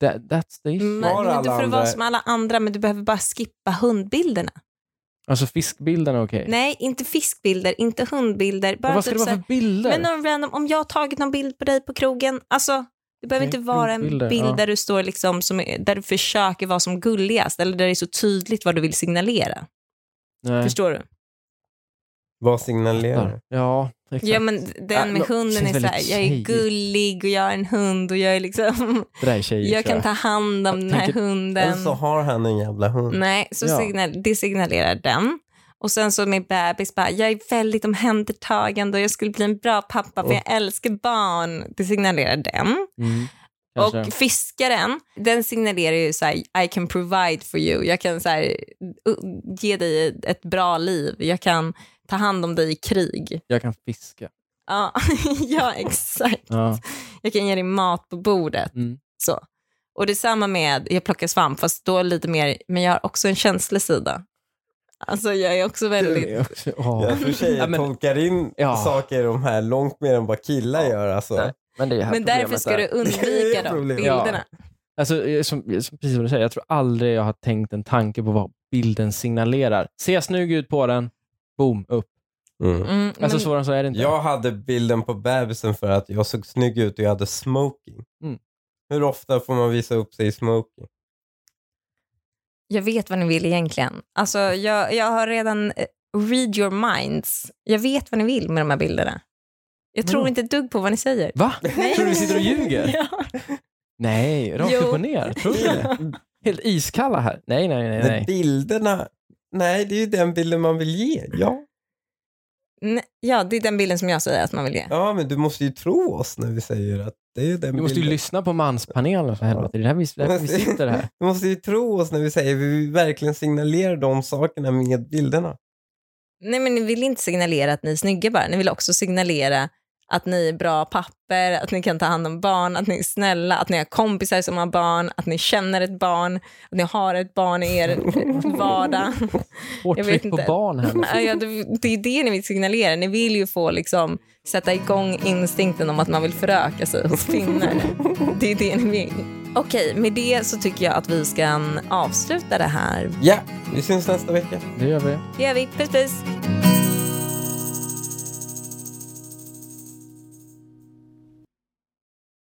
Speaker 2: That, that's the issue.
Speaker 1: Mm, Men,
Speaker 3: Var
Speaker 1: men du
Speaker 3: alla
Speaker 1: får vara
Speaker 3: andra-
Speaker 1: som alla andra, men du behöver bara skippa hundbilderna.
Speaker 2: Alltså fiskbilden är okej.
Speaker 1: Nej, inte fiskbilder, inte hundbilder. Bara
Speaker 2: Men vad ska
Speaker 1: typ
Speaker 2: det vara
Speaker 1: så här-
Speaker 2: för bilder?
Speaker 1: Men någon random, om jag har tagit någon bild på dig på krogen, alltså det behöver
Speaker 2: Okej,
Speaker 1: inte vara en
Speaker 2: krogbilder,
Speaker 1: bild
Speaker 2: ja.
Speaker 1: där du står liksom som, är- där du försöker vara som gulligast eller där det är så tydligt vad du vill signalera.
Speaker 2: Nej.
Speaker 1: Förstår du?
Speaker 3: Vad signalerar?
Speaker 2: Ja, exakt.
Speaker 1: Ja men
Speaker 2: Ja,
Speaker 1: den med
Speaker 2: no, Äh, det
Speaker 1: hunden
Speaker 2: känns
Speaker 1: är så här,
Speaker 2: väldigt
Speaker 1: jag är
Speaker 2: tjejigt.
Speaker 1: gullig och jag är en hund och jag är liksom,
Speaker 2: det där är tjejer,
Speaker 1: jag
Speaker 2: tror
Speaker 1: kan ta hand om
Speaker 2: Jag
Speaker 1: den här
Speaker 2: tänker-
Speaker 1: hunden.
Speaker 3: Eller så har han en jävla hund.
Speaker 1: Nej, så
Speaker 2: Ja.
Speaker 1: signal, det signalerar den. Och sen så med bebis, bara, jag är väldigt omhändertagande och jag skulle bli en bra pappa för
Speaker 3: Oh.
Speaker 1: jag älskar barn. Det signalerar den.
Speaker 2: Mm. Kanske.
Speaker 1: Och fiskaren, den signalerar ju så här, I can provide for you. Jag kan så här, u- ge dig ett bra liv. Jag kan ta hand om dig i krig.
Speaker 2: Jag kan fiska.
Speaker 1: Ja, ja exakt.
Speaker 2: Ja.
Speaker 1: Jag kan ge dig mat på bordet.
Speaker 2: Mm.
Speaker 1: Så. Och detsamma med, jag plockar svamp, fast då lite mer, men jag har också en känslig sida. Alltså jag är också väldigt...
Speaker 2: Ja.
Speaker 3: Jag tror tjejer
Speaker 2: Ja, men-
Speaker 3: tolkar in
Speaker 2: Ja.
Speaker 3: saker i de här långt mer än vad killar gör. Alltså.
Speaker 2: Nej.
Speaker 4: Men det är ju här
Speaker 1: Men därför
Speaker 4: problemet
Speaker 1: ska du
Speaker 4: är.
Speaker 1: undvika
Speaker 3: Det är
Speaker 1: de
Speaker 3: problemet.
Speaker 1: bilderna.
Speaker 2: Alltså, eh, som, som, precis som du säger, jag tror aldrig jag har tänkt en tanke på vad bilden signalerar. Se snygg ut på den, boom, upp.
Speaker 3: Mm.
Speaker 1: Mm,
Speaker 2: Alltså
Speaker 1: men-
Speaker 2: svårare än så är det inte.
Speaker 3: Jag hade bilden på bebisen för att jag såg snygg ut och jag hade smoking.
Speaker 2: Mm.
Speaker 3: Hur ofta får man visa upp sig i smoking?
Speaker 1: Jag vet vad ni vill egentligen. Alltså, jag, jag har redan eh, read your minds. Jag vet vad ni vill med de här bilderna. Jag tror
Speaker 2: Vadå?
Speaker 1: inte ett dugg på vad ni säger.
Speaker 2: Va?
Speaker 1: Nej.
Speaker 2: Mm. Tror du vi sitter och ljuger?
Speaker 1: Ja.
Speaker 2: Nej, rakt
Speaker 1: Jo.
Speaker 2: upp och ner. Tror du det? Helt iskalla här. Nej, nej, nej.
Speaker 3: Nej.
Speaker 2: nej.
Speaker 3: Bilderna, nej det är ju den bilden man vill ge. Ja.
Speaker 1: Nej, ja, det är den bilden som jag säger att man vill ge.
Speaker 3: ja, men du måste ju tro oss när vi säger att det är den
Speaker 2: Du
Speaker 3: bilden.
Speaker 2: måste ju lyssna på manspanelen för helvete. Det är där vi, där vi sitter här.
Speaker 3: Du måste ju tro oss när vi säger vi vill verkligen signalerar de sakerna med bilderna.
Speaker 1: Nej, men ni vill inte signalera att ni är snygga bara. Ni vill också signalera att ni är bra papper, att ni kan ta hand om barn, att ni är snälla, att ni har kompisar som har barn, att ni känner ett barn, att ni har ett barn i er vardag.
Speaker 2: Hårt
Speaker 1: Jag vet
Speaker 2: tryck på
Speaker 1: inte.
Speaker 2: barn här. nu.
Speaker 1: Ja, äh, ja, det, det är det ni vill signalera. Ni vill ju få liksom, sätta igång instinkten om att man vill föröka sig hos kvinnor. Det är det ni vill. Okej, med det så tycker jag att vi ska avsluta det här.
Speaker 3: Ja, vi syns nästa vecka.
Speaker 2: Det gör vi.
Speaker 1: Det gör vi. Puss, puss.